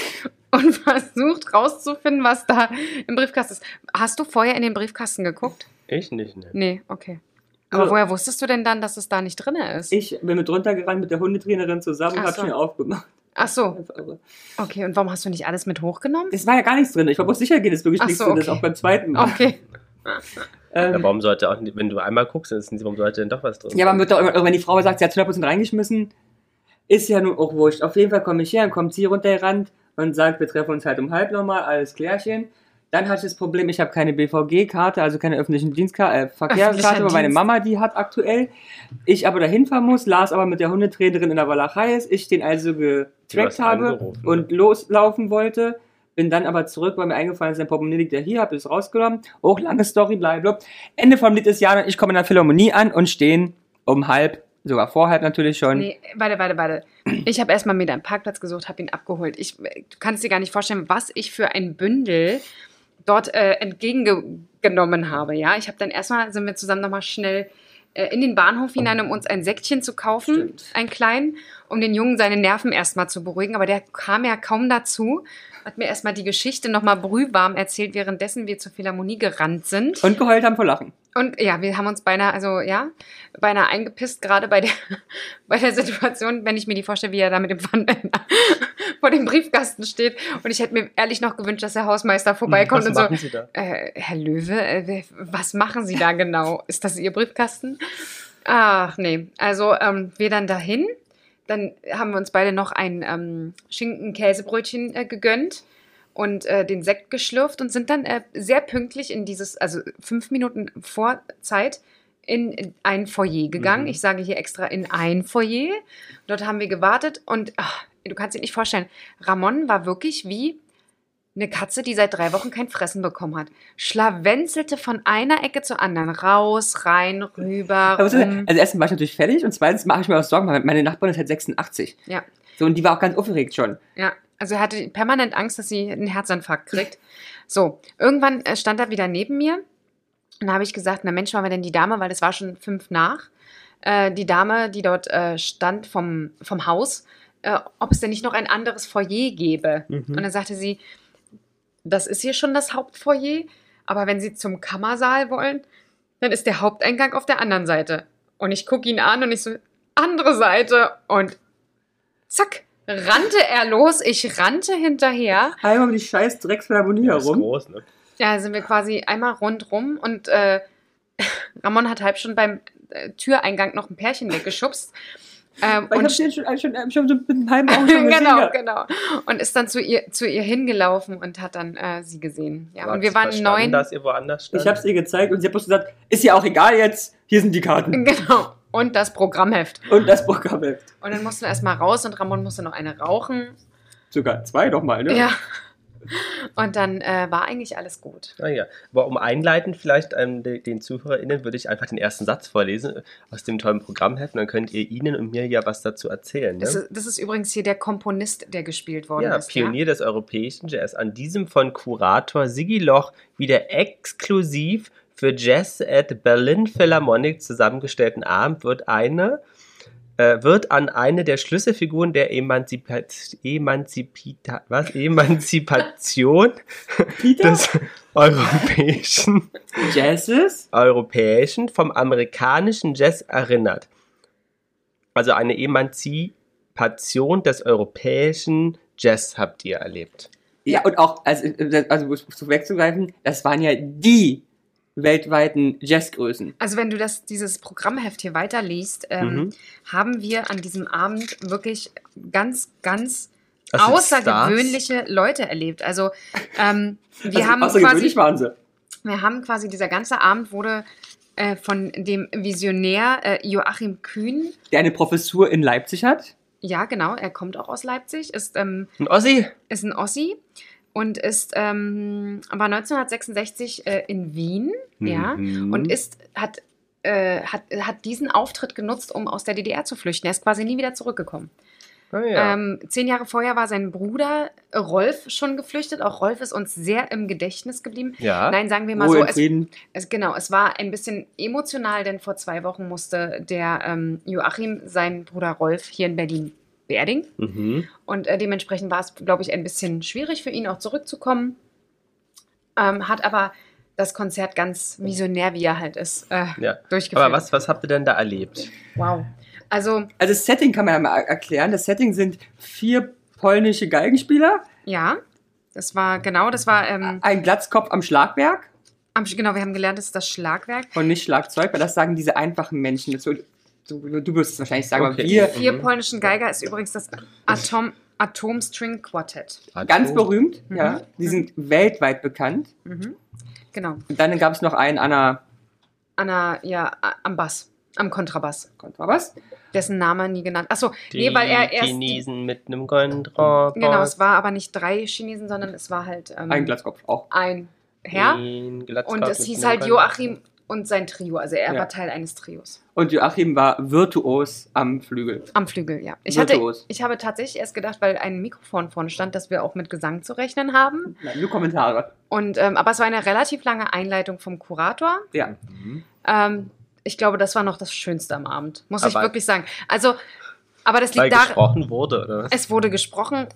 S2: und versucht rauszufinden, was da im Briefkasten ist. Hast du vorher in den Briefkasten geguckt?
S3: Ich nicht, ne.
S2: Nee, okay. Aber
S1: Also-
S2: woher wusstest du denn dann, dass es da nicht drin ist?
S1: Ich bin mit runtergerannt mit der Hundetrainerin zusammen und
S2: Ach
S1: habe
S2: so.
S1: schnell aufgemacht.
S2: Ach so, okay. Und warum hast du nicht alles mit hochgenommen?
S1: Es war ja gar nichts drin. Ich war bloß sicher, dass wirklich
S2: Ach
S1: nichts
S2: so,
S1: drin ist,
S2: okay. Oh.
S1: auch beim zweiten Mal.
S2: Okay.
S1: Ähm,
S3: Ja, warum sollte auch, wenn du einmal guckst, dann ist nicht, warum sollte denn doch was drin
S1: Ja, man
S3: sein?
S1: wird doch irgendwann, wenn die Frau sagt, sie hat 100% reingeschmissen, ist ja nun auch wurscht. Auf jeden Fall komme ich her und kommt sie runtergerannt und sagt, wir treffen uns halt um halb nochmal, alles klärchen. Dann hatte ich das Problem, ich habe keine BVG-Karte, also keine öffentlichen Dienstkarte, äh, Verkehrskarte,
S2: Öffentlicher
S1: aber meine
S2: Dienst.
S1: Mama die hat aktuell. Ich aber dahin fahren muss, Lars aber mit der Hundetrainerin in der Walachei ist, ich den also
S3: Du hast
S1: getrackt habe
S3: angerufen.
S1: und loslaufen wollte. Bin dann aber zurück, weil mir eingefallen ist, dein Portemonnaie liegt ja hier, hab es rausgenommen. Auch lange Story, blablabla. Ende vom Lied ist Jana und ich komme in der Philharmonie an und stehen um halb, sogar vor halb natürlich schon.
S2: Nee, warte, warte, warte. Ich habe erstmal mir einen Parkplatz gesucht, habe ihn abgeholt. Ich, du kannst dir gar nicht vorstellen, was ich für ein Bündel dort äh, entgegengenommen habe. Ja, ich habe dann erstmal, sind wir zusammen nochmal schnell äh, in den Bahnhof hinein, um uns ein Säckchen zu kaufen,
S1: Stimmt.
S2: einen kleinen, um den Jungen seine Nerven erstmal zu beruhigen. Aber der kam ja kaum dazu, hat mir erstmal die Geschichte nochmal brühwarm erzählt, währenddessen wir zur Philharmonie gerannt sind.
S1: Und geheult haben vor Lachen.
S2: Und ja, wir haben uns beinahe, also ja, beinahe eingepisst, gerade bei der, bei der Situation, wenn ich mir die vorstelle, wie er da mit dem Pfannenwender vor dem Briefkasten steht. Und ich hätte mir ehrlich noch gewünscht, dass der Hausmeister vorbeikommt
S3: Hm, was
S2: und so.
S3: machen sie da?
S2: Äh, Herr Löwe, äh, wer- was machen Sie da genau? Ist das Ihr Briefkasten? Ach nee, also ähm, wir dann dahin. Dann haben wir uns beide noch ein ähm, Schinken-Käsebrötchen äh, gegönnt und äh, den Sekt geschlürft und sind dann äh, sehr pünktlich in dieses, also fünf Minuten vor Zeit, in, in ein Foyer gegangen.
S3: Mhm.
S2: Ich sage hier extra in ein Foyer. Dort haben wir gewartet und ach, du kannst dir nicht vorstellen, Ramon war wirklich wie eine Katze, die seit drei Wochen kein Fressen bekommen hat. Schlawenzelte von einer Ecke zur anderen. Raus, rein, rüber. um.
S1: Aber so,
S2: Rum.
S1: also erstens war ich natürlich fertig und zweitens mache ich mir auch Sorgen, weil meine Nachbarin ist halt 86.
S2: Ja.
S1: So, und die war auch ganz aufgeregt schon.
S2: Ja, also er hatte permanent Angst, dass sie einen Herzinfarkt kriegt. So, irgendwann äh, stand er wieder neben mir und da habe ich gesagt, na Mensch, waren wir denn die Dame, weil es war schon fünf nach, äh, die Dame, die dort äh, stand vom, vom Haus, äh, ob es denn nicht noch ein anderes Foyer gäbe. Und dann sagte sie, das ist hier schon das Hauptfoyer, aber wenn Sie zum Kammersaal wollen, dann ist der Haupteingang auf der anderen Seite. Und ich gucke ihn an und ich so, andere Seite. Und zack, rannte er los. Ich rannte hinterher.
S1: Einmal um die scheiß Drecksphilharmonie
S3: Ja, ist
S1: herum.
S3: groß, ne?
S2: Ja, sind wir quasi einmal rundrum und äh, Ramon hat halb schon beim äh, Türeingang noch ein Pärchen weggeschubst. Ähm,
S1: Weil
S2: und
S1: ich habe schon, äh, schon, schon, schon so mit einem halben Auge schon gesehen.
S2: genau,
S1: gehabt.
S2: genau. Und ist dann zu ihr, zu ihr hingelaufen und hat dann äh, sie gesehen. Ja,
S3: Habt
S2: und wir
S3: ihr
S2: waren
S3: verstanden,
S2: neun.
S3: dass ihr woanders stand?
S1: Ich habe es ihr gezeigt und sie hat bloß gesagt, ist ja auch egal jetzt, hier sind die Karten.
S2: Genau. Und das Programmheft.
S1: Und das Programm.
S2: Und dann mussten wir erstmal raus und Ramon musste noch eine rauchen.
S1: Sogar zwei nochmal, ne?
S2: Ja. Und dann äh, war eigentlich alles gut.
S3: Naja, aber um einleitend vielleicht ähm, de- den ZuhörerInnen würde ich einfach den ersten Satz vorlesen äh, aus dem tollen Programmheft und dann könnt ihr Ihnen und mir ja was dazu erzählen. Ne?
S2: Das, ist, das ist übrigens hier der Komponist, der gespielt worden
S3: Ja,
S2: ist.
S3: Pionier des europäischen Jazz. An diesem von Kurator Sigi Loch wieder exklusiv für Jazz at Berlin Philharmonic zusammengestellten Abend wird eine äh, wird an eine der Schlüsselfiguren der Emanzipa Emanzipita was? Emanzipation
S1: Peter?
S3: des europäischen,
S1: Jazzes?
S3: europäischen vom amerikanischen Jazz erinnert. Also eine Emanzipation des europäischen Jazz habt ihr erlebt.
S1: Ja, und auch, also, äh, also um es zu wegzugreifen, das waren ja die weltweiten Jazzgrößen.
S2: Also wenn du das, dieses Programmheft hier weiterliest, ähm,
S3: Mhm.
S2: haben wir an diesem Abend wirklich ganz, ganz
S3: Das sind
S2: außergewöhnliche Leute erlebt. Also ähm, wir
S1: also,
S2: haben quasi
S1: außergewöhnlich waren sie.
S2: Wir haben quasi, dieser ganze Abend wurde äh, von dem Visionär äh, Joachim Kühn,
S1: Der eine Professur in Leipzig hat.
S2: ja genau, er kommt auch aus Leipzig, ist, ähm,
S3: Stars. Ein Ossi?
S2: ist ein Ossi und ist ähm, war 1966 äh, in Wien, ja,
S3: Mhm.
S2: und ist, hat, äh, hat, hat diesen Auftritt genutzt, um aus der DDR zu flüchten. Er ist quasi nie wieder zurückgekommen.
S3: Ah, ja.
S2: Ähm, zehn Jahre vorher war sein Bruder äh, Rolf schon geflüchtet. Auch Rolf ist uns sehr im Gedächtnis geblieben.
S3: ja.
S2: Nein, sagen wir mal
S1: Ruhe
S2: so,
S1: in
S2: es
S1: Frieden.
S2: Es, genau, es war ein bisschen emotional, denn vor zwei Wochen musste der ähm, Joachim seinen Bruder Rolf hier in Berlin beerdigen.
S3: Mhm.
S2: Und äh, dementsprechend war es, glaube ich, ein bisschen schwierig für ihn auch zurückzukommen. Ähm, hat aber das Konzert ganz visionär, wie er halt ist, äh,
S3: Ja.
S2: durchgeführt.
S3: Aber was, was habt ihr denn da erlebt?
S2: Wow. Also,
S1: Also das Setting kann man ja mal er- erklären. Das Setting sind vier polnische Geigenspieler,
S2: ja, das war genau, das war, ähm,
S1: ein Glatzkopf am Schlagwerk
S2: am, genau, wir haben gelernt, das ist das Schlagwerk.
S1: und nicht Schlagzeug, weil das sagen diese einfachen Menschen. Das wird, du, du wirst es wahrscheinlich sagen, aber
S3: Okay.
S1: wir,
S2: Vier
S3: Mhm.
S2: polnischen Geiger ist übrigens das Atom, Atom String Quartett.
S1: ganz
S3: Atom.
S1: berühmt,
S2: Mhm.
S1: ja, die sind weltweit bekannt.
S2: Mhm. Genau.
S1: Und dann gab es noch einen Anna
S2: Anna, ja, a- am Bass, am Kontrabass,
S1: Kontrabass.
S2: dessen Name nie genannt. Achso,
S3: Die
S2: nee, weil er erst. Die,
S3: Chinesen mit einem goldenen Rohr.
S2: genau, es war aber nicht drei Chinesen, sondern es war halt ähm,
S1: Ein Glatzkopf auch.
S2: ein Herr.
S3: Ein Glatzkopf
S2: Und es
S3: mit
S2: hieß
S3: einem
S2: halt
S3: goldenen-
S2: Joachim und sein Trio. Also er
S1: Ja.
S2: war Teil eines Trios.
S1: Und Joachim war virtuos am Flügel.
S2: Am Flügel, ja. Ich, hatte,
S1: virtuos.
S2: ich habe tatsächlich erst gedacht, weil ein Mikrofon vorne stand, dass wir auch mit Gesang zu rechnen haben.
S1: Nein, nur Kommentare.
S2: Und, ähm, aber es war eine relativ lange Einleitung vom Kurator.
S1: Ja.
S3: Mhm.
S2: Ähm, ich glaube, das war noch das Schönste am Abend, muss ich
S3: Aber-
S2: wirklich sagen. Also, aber das
S3: Weil
S2: liegt daran.
S3: gesprochen wurde, oder was?
S2: Es wurde gesprochen.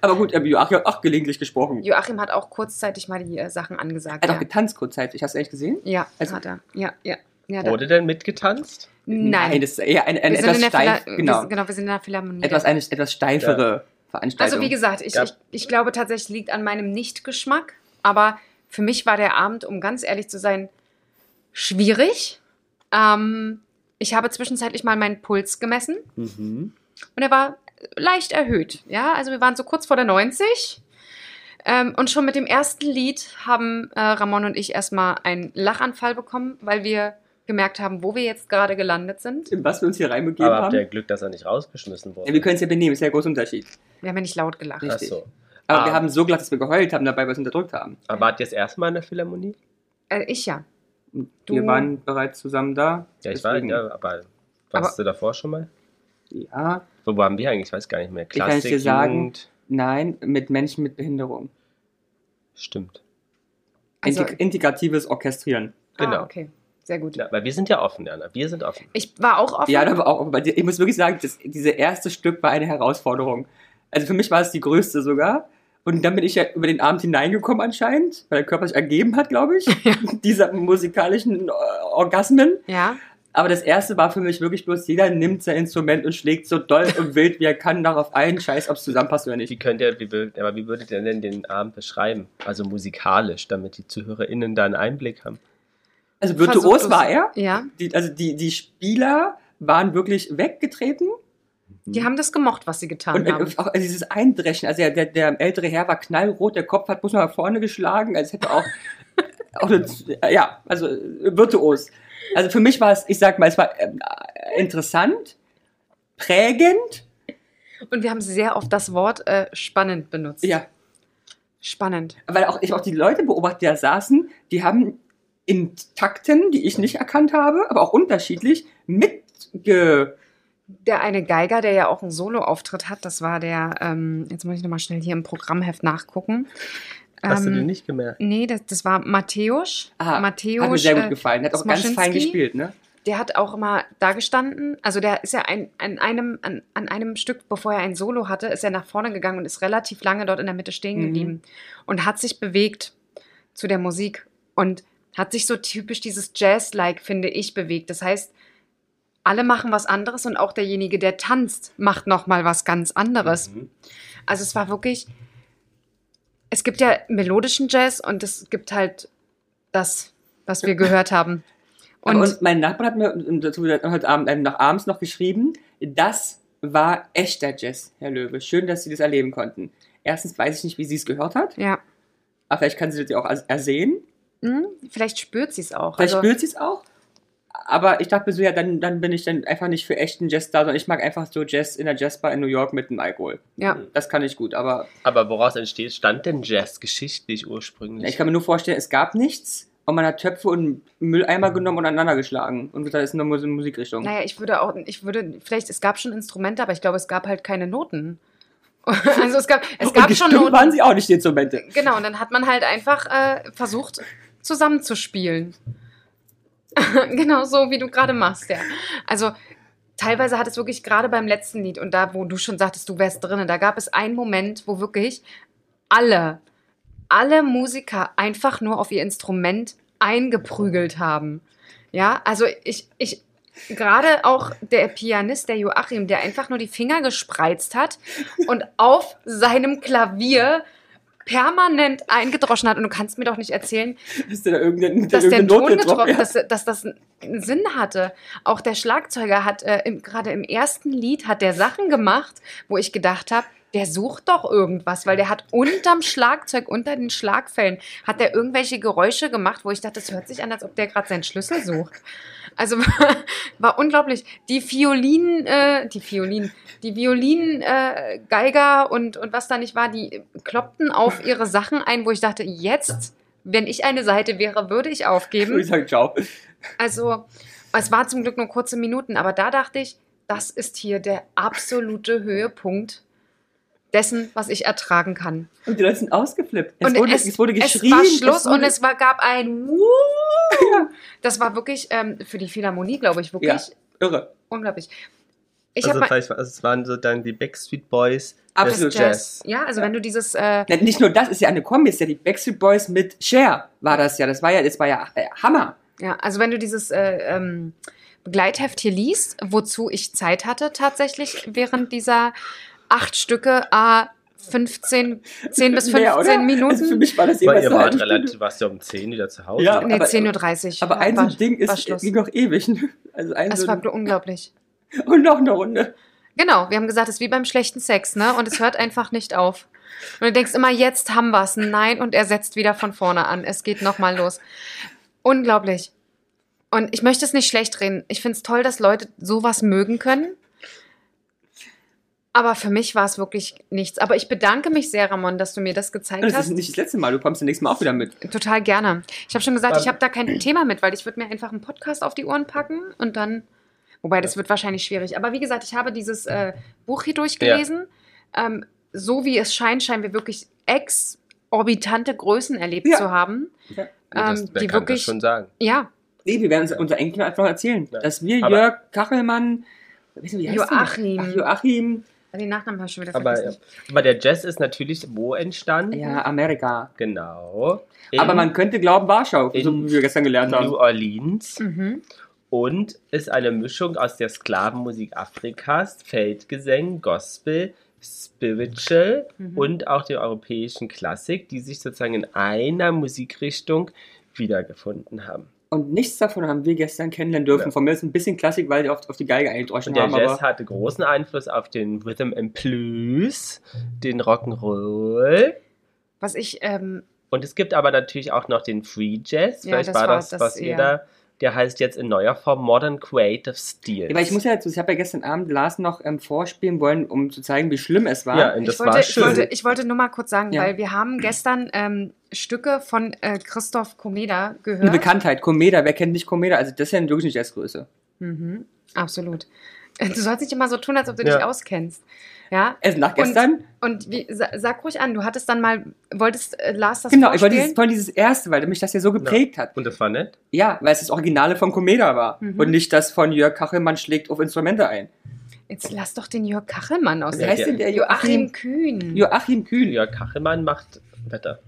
S1: Aber gut, ähm, Joachim hat auch gelegentlich gesprochen.
S2: Joachim hat auch kurzzeitig mal die äh, Sachen
S1: Er
S2: angesagt.
S1: hat auch
S2: Ja,
S1: getanzt kurzzeitig. Hast du echt gesehen?
S2: ja
S1: Also-
S2: hat er. Ja, ja. ja da-
S3: Wurde denn mitgetanzt?
S2: Nein.
S1: das ist eher ein, ein
S2: wir sind
S1: etwas
S2: in der
S1: steif,
S2: Phila-
S1: genau.
S2: Wir, genau, wir sind in der Philharmonie.
S1: etwas, eine etwas steifere Veranstaltung.
S2: also wie gesagt, ich,
S3: Ja.
S2: ich, ich glaube tatsächlich liegt an meinem Nichtgeschmack. Aber für mich war der Abend, um ganz ehrlich zu sein, schwierig. Ähm, ich habe zwischenzeitlich mal meinen Puls gemessen
S3: Mhm.
S2: und er war leicht erhöht. Ja, also wir waren so kurz vor der 90. Ähm, und schon mit dem ersten Lied haben äh, Ramon und ich erstmal einen Lachanfall bekommen, weil wir gemerkt haben, wo wir jetzt gerade gelandet sind.
S1: in was wir uns hier reinbegeben
S3: Aber habt
S1: haben.
S3: ihr Glück, dass er nicht rausgeschmissen wurde?
S1: Ja, wir können es ja benehmen, ist ja ein großer Unterschied.
S2: Wir haben ja nicht laut gelacht.
S1: Ja.
S3: Ach so.
S1: Aber
S3: Ah.
S1: wir haben so gelacht, dass wir geheult haben, dabei was unterdrückt haben.
S3: Aber wart ihr das erste Mal in der Philharmonie?
S2: Äh, ich ja.
S1: Und
S2: Du-
S1: Wir waren bereits zusammen da.
S3: Ja, ich
S1: deswegen-
S3: war, ja, aber
S2: Aber-
S3: warst du davor schon mal?
S1: Ja,
S3: Wo waren wir eigentlich? Ich weiß gar nicht mehr.
S1: kann es
S3: Klassik,
S1: dir sagen.
S3: Jugend.
S1: nein, mit Menschen mit Behinderung.
S3: Stimmt.
S2: Also-
S1: Integ integratives Orchestrieren.
S3: Genau.
S2: Ah, okay, sehr gut.
S3: Ja, weil wir sind ja offen, Jana. Wir sind offen.
S2: Ich war auch offen.
S1: Ja, aber auch, aber ich muss wirklich sagen, das, diese erste Stück war eine Herausforderung. Also für mich war es die größte sogar. Und dann bin ich ja über den Abend hineingekommen anscheinend, weil der Körper sich ergeben hat, glaube ich, dieser musikalischen äh, Orgasmen.
S2: ja.
S1: Aber das erste war für mich wirklich bloß, jeder nimmt sein Instrument und schlägt so doll und wild, wie er kann, darauf ein, scheiß, ob es zusammenpasst oder
S3: Wie
S1: nicht.
S3: könnt ihr, wie, wür- aber wie würdet ihr denn den Abend beschreiben? Also musikalisch, damit die ZuhörerInnen da einen Einblick haben.
S1: Also
S2: Versucht
S1: virtuos
S2: es.
S1: war er.
S2: Ja,
S1: Die, also die, die Spieler waren wirklich weggetreten
S2: die haben das gemocht, was sie getan
S1: Mhm. und
S2: haben.
S1: äh, auch also dieses Eindreschen. Also der, der, der ältere Herr war knallrot, der Kopf hat muss nach vorne geschlagen, als hätte auch, auch eine, ja, also äh, virtuos. Also für mich war es, ich sag mal, es war ähm, äh, interessant, prägend,
S2: Und wir haben sehr oft das Wort äh, spannend benutzt.
S1: ja,
S2: Spannend.
S1: Weil auch ich auch die Leute beobachtet, die da saßen, die haben in Takten, die ich nicht erkannt habe, aber auch unterschiedlich, mitge.
S2: Der eine Geiger, der ja auch einen Soloauftritt hat, das war der, ähm, jetzt muss ich nochmal schnell hier im Programmheft nachgucken.
S3: Hast du
S2: Ähm,
S3: dir nicht gemerkt?
S2: Nee, das, das war Matthäus.
S1: Ah,
S2: Matthäus,
S1: Hat mir sehr
S2: äh,
S1: gut gefallen. Hat auch ganz
S2: Smoschinski?
S1: fein gespielt, ne?
S2: der hat auch immer da gestanden. Also der ist ja ein, an, einem, an, an einem Stück, bevor er ein Solo hatte, ist er nach vorne gegangen und ist relativ lange dort in der Mitte stehen
S1: Mhm.
S2: geblieben und hat sich bewegt zu der Musik und hat sich so typisch dieses Jazz-like, finde ich, bewegt. Das heißt, alle machen was anderes und auch derjenige, der tanzt, macht nochmal was ganz anderes.
S3: Mhm.
S2: Also es war wirklich, es gibt ja melodischen Jazz und es gibt halt das, was wir gehört haben.
S1: Und,
S2: Und,
S1: und mein Nachbar hat mir dazu heute Abend, äh, noch abends noch geschrieben, das war echter Jazz, Herr Löwe. Schön, dass Sie das erleben konnten. Erstens weiß ich nicht, wie sie es gehört hat,
S2: ja,
S1: aber vielleicht kann sie das ja auch ers- ersehen.
S2: Hm, vielleicht spürt sie es auch.
S1: Vielleicht
S2: also,
S1: spürt sie es auch. Aber ich dachte mir so, ja, dann, dann bin ich dann einfach nicht für echten Jazz da, sondern ich mag einfach so Jazz in der Jazzbar in New York mit dem Alkohol.
S2: ja.
S1: Das kann ich gut, aber
S3: Aber woraus entsteht, stand denn Jazz geschichtlich ursprünglich?
S1: ich kann mir nur vorstellen, es gab nichts und man hat Töpfe und Mülleimer genommen und aneinander geschlagen und gesagt, das ist eine Mus- Musikrichtung.
S2: Mhm. Naja, ich würde auch, ich würde, vielleicht, es gab schon Instrumente, aber ich glaube, es gab halt keine Noten. Also es gab, es gab
S1: und
S2: schon
S1: gestimmt
S2: Noten.
S1: waren sie auch nicht, die Instrumente.
S2: Genau, und dann hat man halt einfach äh, versucht, zusammenzuspielen. genau so, wie du gerade machst, ja. Also teilweise hat es wirklich gerade beim letzten Lied und da, wo du schon sagtest, du wärst drinnen, da gab es einen Moment, wo wirklich alle, alle Musiker einfach nur auf ihr Instrument eingeprügelt haben. Ja, also ich, ich, gerade auch der Pianist, der Joachim, der einfach nur die Finger gespreizt hat und auf seinem Klavier permanent eingedroschen hat. Und du kannst mir doch nicht erzählen,
S1: Ist der da irgendeine,
S2: dass der einen
S1: irgendeine
S2: Ton
S1: Note getroffen?
S2: getroffen dass, dass das einen Sinn hatte. Auch der Schlagzeuger hat äh, im, gerade im ersten Lied hat der Sachen gemacht, wo ich gedacht habe, der sucht doch irgendwas, weil der hat unterm Schlagzeug, unter den Schlagfällen, hat der irgendwelche Geräusche gemacht, wo ich dachte, das hört sich an, als ob der gerade seinen Schlüssel sucht. Also war, war unglaublich. Die Violinen, äh, die Violinen, die Violinen, äh, Geiger und, und was da nicht war, die kloppten auf ihre Sachen ein, wo ich dachte, jetzt, wenn ich eine Seite wäre, würde ich aufgeben.
S1: Ich sag ciao.
S2: Also, es war zum Glück nur kurze Minuten, aber da dachte ich, das ist hier der absolute Höhepunkt dessen, was ich ertragen kann.
S1: Und die Leute sind ausgeflippt. Es,
S2: und
S1: wurde, es, wurde geschrien.
S2: Es war Schluss
S1: wurde-
S2: und es war, gab ein Wuh. Das war wirklich ähm, für die Philharmonie, glaube ich, wirklich
S1: Ja. irre.
S2: unglaublich. Ich
S3: also,
S2: habe
S3: vielleicht, war- also es waren so dann die Backstreet Boys
S1: Absolut
S3: des Jazz.
S2: Ja, also
S1: Ja.
S2: wenn du dieses äh,
S1: Na, Nicht nur das, ist ja eine Kombi, ist ja die Backstreet Boys mit Cher war das ja. Das war ja, das war ja äh, Hammer.
S2: Ja, also wenn du dieses äh, ähm, Begleitheft hier liest, wozu ich Zeit hatte tatsächlich während dieser acht Stücke a 15, 10 bis 15
S1: Mehr, oder? Also für
S2: Minuten.
S1: mich war das
S3: Weil
S1: jeweils
S3: ihr
S1: eine
S3: wart
S1: halbe
S3: relativ,
S1: Stunde.
S3: warst ja um 10 wieder zu Hause.
S1: Ja.
S2: Nee,
S1: aber-
S2: 10.30 Uhr.
S1: Aber ein so ein Ding
S2: war
S1: ist,
S2: Schluss.
S1: ging noch ewig. Ne? Also ein
S2: Es
S1: so
S2: war gl- unglaublich.
S1: und noch eine Runde.
S2: Genau, wir haben gesagt, es ist wie beim schlechten Sex, ne? Und es hört einfach nicht auf. Und du denkst immer, jetzt haben wir's. Nein, und er setzt wieder von vorne an. Es geht nochmal los. Unglaublich. Und ich möchte es nicht schlecht reden. Ich finde es toll, dass Leute sowas mögen können. Aber für mich war es wirklich nichts. Aber ich bedanke mich sehr, Ramon, dass du mir das gezeigt
S1: Und das
S2: hast.
S1: ist nicht das letzte Mal. Du kommst das nächste Mal auch wieder mit.
S2: Total gerne. Ich habe schon gesagt, ich
S3: Ähm.
S2: habe da kein Thema mit, weil ich würde mir einfach einen Podcast auf die Ohren packen und dann. Wobei, das wird wahrscheinlich schwierig. Aber wie gesagt, ich habe dieses äh, Buch hier durchgelesen. Ähm, so wie es scheint, scheinen wir wirklich exorbitante Größen erlebt
S1: Ja.
S2: zu haben.
S3: Nee, das,
S2: Ähm,
S3: wer
S2: die
S3: kann
S2: wirklich-
S3: das schon sagen?
S2: Ja,
S1: Nee, wir werden uns unser Enkel einfach noch erzählen.
S3: Ja.
S1: Dass wir
S3: Aber-
S1: Jörg Kachelmann, weißt du, wie heißt der?
S2: Joachim.
S1: Ach, Joachim.
S2: den Nachnamen habe ich schon wieder
S3: Aber, ja.
S2: vergessen.
S3: aber der Jazz ist natürlich wo
S2: Mhm.
S3: entstanden?
S1: Ja, Amerika.
S3: Genau. In
S1: Aber man könnte glauben, Warschau, so
S3: in-
S1: wie wir gestern gelernt haben.
S3: New Orleans.
S2: Mhm.
S3: und ist eine Mischung aus der Sklavenmusik Afrikas, Feldgesängen, Gospel, Spiritual
S2: Mhm.
S3: und auch der europäischen Klassik, die sich sozusagen in einer Musikrichtung wiedergefunden haben.
S1: Und nichts davon haben wir gestern kennenlernen dürfen.
S3: Ja.
S1: Von mir ist ein bisschen Klassik, weil die oft auf die Geige eingedroschen
S3: Und der
S1: haben.
S3: Jazz
S1: Aber
S3: hatte großen Einfluss auf den Rhythm and Blues, den Rock'n'Roll.
S2: Was ich, ähm,
S3: Und es gibt aber natürlich auch noch den Free Jazz.
S2: Ja,
S3: Vielleicht
S2: das
S3: war
S2: war
S3: das,
S2: das
S3: was
S2: eher-
S3: ihr da Der heißt jetzt in neuer Form Modern Creative Steel.
S1: Aber ich muss ja dazu, ich habe ja gestern Abend Lars noch ähm, vorspielen wollen, um zu zeigen, wie schlimm es war.
S3: ja, und das
S2: ich, wollte,
S3: war
S2: ich,
S3: schön.
S2: wollte, ich wollte nur mal kurz sagen,
S1: Ja.
S2: weil wir haben gestern ähm, Stücke von äh, Christoph Komeda
S1: Eine
S2: gehört.
S1: Bekanntheit, Komeda, wer kennt nicht Komeda? Also das ist ja wirklich nicht S-Größe.
S2: Mhm, absolut. Du sollst nicht immer so tun, als ob du
S3: Ja.
S2: dich auskennst. Ja,
S1: Also nach gestern,
S2: und wie, sa- sag ruhig an, du hattest dann mal, wolltest äh, Lars das
S1: genau, ich wollte
S2: vorspielen?
S1: dieses, von dieses erste, weil mich das ja so geprägt hat.
S3: Und das war nett.
S1: Ja, weil es das Originale von Komeda war
S2: Mhm.
S1: und nicht das von Jörg Kachelmann schlägt auf Instrumente ein.
S2: Jetzt lass doch den Jörg Kachelmann aus.
S1: Wie
S3: Ja,
S1: heißt
S3: ja.
S1: denn der
S2: Joachim
S1: Joachim,
S2: Kühn.
S1: Joachim Kühn?
S3: Jörg Kachelmann macht Wetter.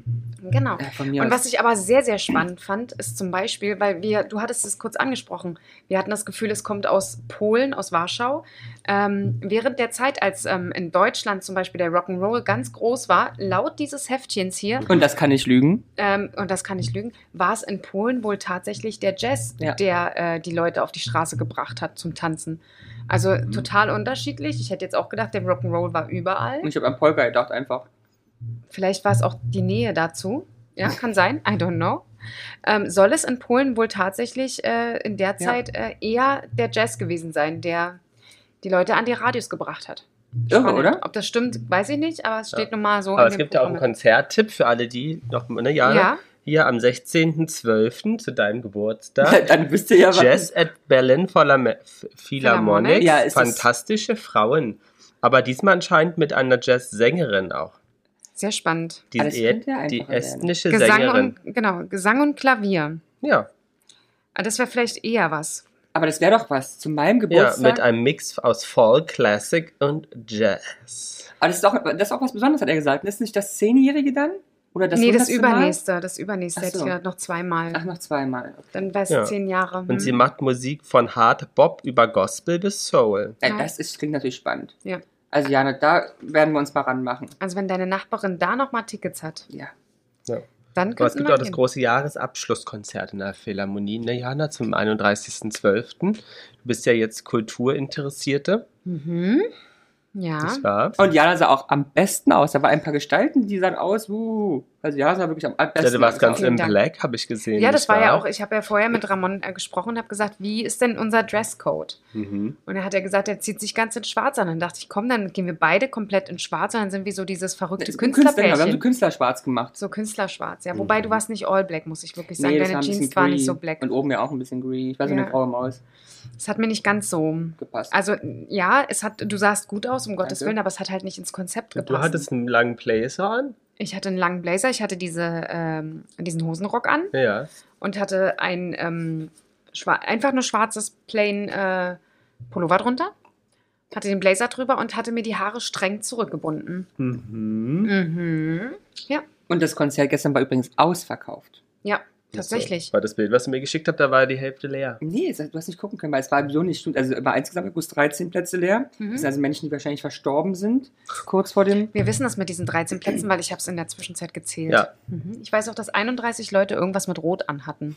S2: Genau.
S1: Äh, Von mir
S2: Und
S1: aus.
S2: was ich aber sehr, sehr spannend fand, ist zum Beispiel, weil wir, du hattest es kurz angesprochen, wir hatten das Gefühl, es kommt aus Polen, aus Warschau. Ähm, während der Zeit, als ähm, in Deutschland zum Beispiel der Rock'n'Roll ganz groß war, laut dieses Heftchens hier,
S1: Und das kann ich lügen.
S2: ähm, und das kann ich lügen, war es in Polen wohl tatsächlich der Jazz,
S1: Ja.
S2: der äh, die Leute auf die Straße gebracht hat zum Tanzen. Also
S3: Mhm.
S2: total unterschiedlich. Ich hätte jetzt auch gedacht, der Rock'n'Roll war überall.
S3: Mhm.
S1: Und ich habe an Polka gedacht einfach.
S2: Vielleicht war es auch die Nähe dazu. Ja,
S3: Mhm.
S2: kann sein. I don't know. Ähm, soll es in Polen wohl tatsächlich äh, in der Zeit äh, eher der Jazz gewesen sein, der die Leute an die Radios gebracht hat?
S1: Irre,
S2: Spannend.
S1: oder?
S2: Ob das stimmt, weiß ich nicht, aber es steht nun mal so.
S3: Aber
S2: in
S3: es
S2: dem
S3: gibt ja auch einen
S2: Programm.
S3: Konzerttipp für alle, die noch, ne, Jana?
S2: Oh, Ja,
S3: Hier am 16.12. zu deinem Geburtstag.
S1: Dann wisst ihr ja, was.
S3: Jazz at Berlin Philharmonic. Philharmonic.
S2: Philharmonic.
S1: Ja, ist das-
S3: Fantastische Frauen. Aber diesmal anscheinend mit einer Jazz-Sängerin auch.
S2: sehr spannend.
S3: Die,
S1: Aber das
S3: e-
S1: könnte ja einfacher
S3: die
S1: werden.
S3: estnische
S2: Gesang
S3: Sängerin.
S2: und, genau, Gesang und Klavier.
S3: Ja,
S2: Ah, Das wäre vielleicht eher was.
S1: Aber das wäre doch was. Zu meinem
S3: ja,
S1: Geburtstag.
S3: mit einem Mix aus Folk, Classic und Jazz.
S1: Aber das ist, auch, das ist auch was Besonderes, hat er gesagt. Das ist nicht das Zehnjährige dann? Oder das
S2: nee, das
S1: 100. Mal?
S2: übernächste, das übernächste
S1: Ach
S2: hätte ich
S1: so.
S2: gedacht, noch zweimal.
S1: Ach, noch zweimal.
S2: Dann wäre es
S3: Ja.
S2: zehn Jahre. Hm.
S3: Und sie macht Musik von Hard Bop über Gospel bis Soul.
S1: Ja,
S2: Ja.
S1: Das ist, klingt natürlich spannend.
S2: Ja.
S1: Also, Jana, da werden wir uns mal ranmachen.
S2: also wenn deine Nachbarin da noch mal Tickets hat,
S1: Ja.
S2: dann
S3: Aber es
S2: könnten
S3: gibt
S2: wir
S3: auch das
S2: gehen.
S3: große Jahresabschlusskonzert in der Philharmonie, ne, Jana, zum 31.12. Du bist ja jetzt Kulturinteressierte,
S2: Mhm. Ja.
S3: nicht wahr?
S1: Und Jana sah auch am besten aus. Da war ein paar Gestalten, die sahen aus, uh. Also, Jana sah wirklich am besten
S3: Ja, du warst
S1: aus.
S3: ganz
S2: Vielen
S3: im
S2: Dank.
S3: Black, habe ich gesehen.
S2: Ja, das
S3: nicht
S2: war ja
S3: wahr?
S2: auch, ich habe ja vorher mit Ramon äh, gesprochen und habe gesagt, wie ist denn unser Dresscode?
S3: Mhm.
S2: Und er hat ja gesagt, er zieht sich ganz in schwarz an. Dann dachte ich, komm, dann gehen wir beide komplett in schwarz und dann sind wir so dieses verrückte
S1: Künstler, Künstler, genau, wir haben so
S2: Künstlerpärchen.
S1: Künstler schwarz gemacht.
S2: So Künstlerschwarz, ja. Wobei du warst nicht all black, muss ich wirklich sagen.
S1: das
S2: Deine
S1: war ein bisschen
S2: Jeans waren nicht
S1: green.
S2: so black.
S1: Und oben ja auch ein bisschen green. Ich war so
S2: Ja.
S1: eine graue Maus.
S2: Es hat mir nicht ganz so.
S1: Gepasst.
S2: Also ja, es hat, du sahst gut aus, um Gottes
S1: Danke.
S2: Willen, aber es hat halt nicht ins Konzept
S3: Du
S2: gepasst.
S3: hattest einen langen Blazer an?
S2: ich hatte einen langen Blazer, ich hatte diese, ähm, diesen Hosenrock an.
S3: Ja.
S2: und hatte ein ähm, schwa- einfach nur schwarzes plain äh, Pullover drunter, hatte den Blazer drüber und hatte mir die Haare streng zurückgebunden.
S3: Mhm.
S2: Mhm. Ja,
S1: und das Konzert gestern war übrigens ausverkauft.
S2: ja, tatsächlich.
S3: Weil das Bild, was du mir geschickt hast, da war die Hälfte leer.
S1: Nee, es- du hast nicht gucken können, weil es war so nicht stimmt. Also war insgesamt bloß 13 Plätze leer. Das sind
S2: Mhm.
S1: also Menschen, die wahrscheinlich verstorben sind, kurz vor dem.
S2: Wir wissen das mit diesen 13 Plätzen, weil ich habe es in der Zwischenzeit gezählt.
S3: Ja.
S2: Mhm. Ich weiß auch, dass 31 Leute irgendwas mit Rot anhatten.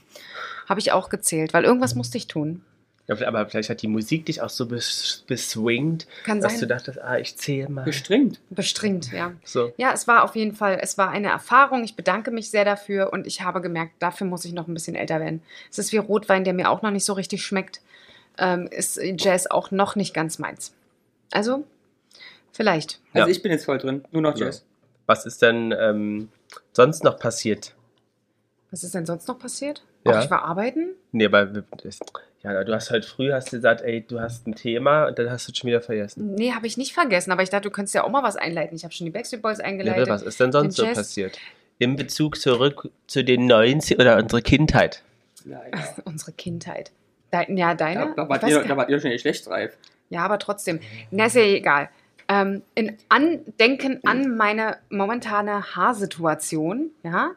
S2: Habe ich auch gezählt, weil irgendwas musste ich tun.
S3: Ja, Aber vielleicht hat die Musik dich auch so bes beswingt,
S2: Kann
S3: dass du
S2: sein.
S3: dachtest, ah, ich zähle mal.
S1: Gestringt.
S2: Bestringt, ja.
S3: So.
S2: Ja, es war auf jeden Fall, es war eine Erfahrung. Ich bedanke mich sehr dafür und ich habe gemerkt, dafür muss ich noch ein bisschen älter werden. Es ist wie Rotwein, der mir auch noch nicht so richtig schmeckt. Ähm, ist Jazz auch noch nicht ganz meins. Also, vielleicht.
S1: Also
S3: Ja.
S1: ich bin jetzt voll drin. Nur noch
S3: Ja.
S1: Jazz.
S3: Was ist denn ähm, sonst noch passiert?
S2: Was ist denn sonst noch passiert?
S3: Ja.
S2: Auch ich war arbeiten?
S3: Nee, aber wir- das- ja, du hast halt früh hast du gesagt, ey, du hast ein Thema und dann hast du es schon wieder vergessen.
S2: Nee, habe ich nicht vergessen, aber ich dachte, du könntest ja auch mal was einleiten. Ich habe schon die Backstreet Boys
S3: Ja,
S2: eingeleitet.
S3: was ist denn sonst
S2: Den
S3: so
S2: Jazz-
S3: passiert? In Bezug zurück zu den 90 oder unsere Kindheit.
S1: Leider.
S2: Unsere Kindheit. Dein, ja, deine?
S1: Da, da,
S2: Ich
S1: wart
S2: weiß
S1: ihr,
S2: gar-
S1: da wart ihr schon geschlechtsreif.
S2: Ja, aber trotzdem. Na, ist ja egal. Ähm, in Andenken an meine momentane Haarsituation, ja,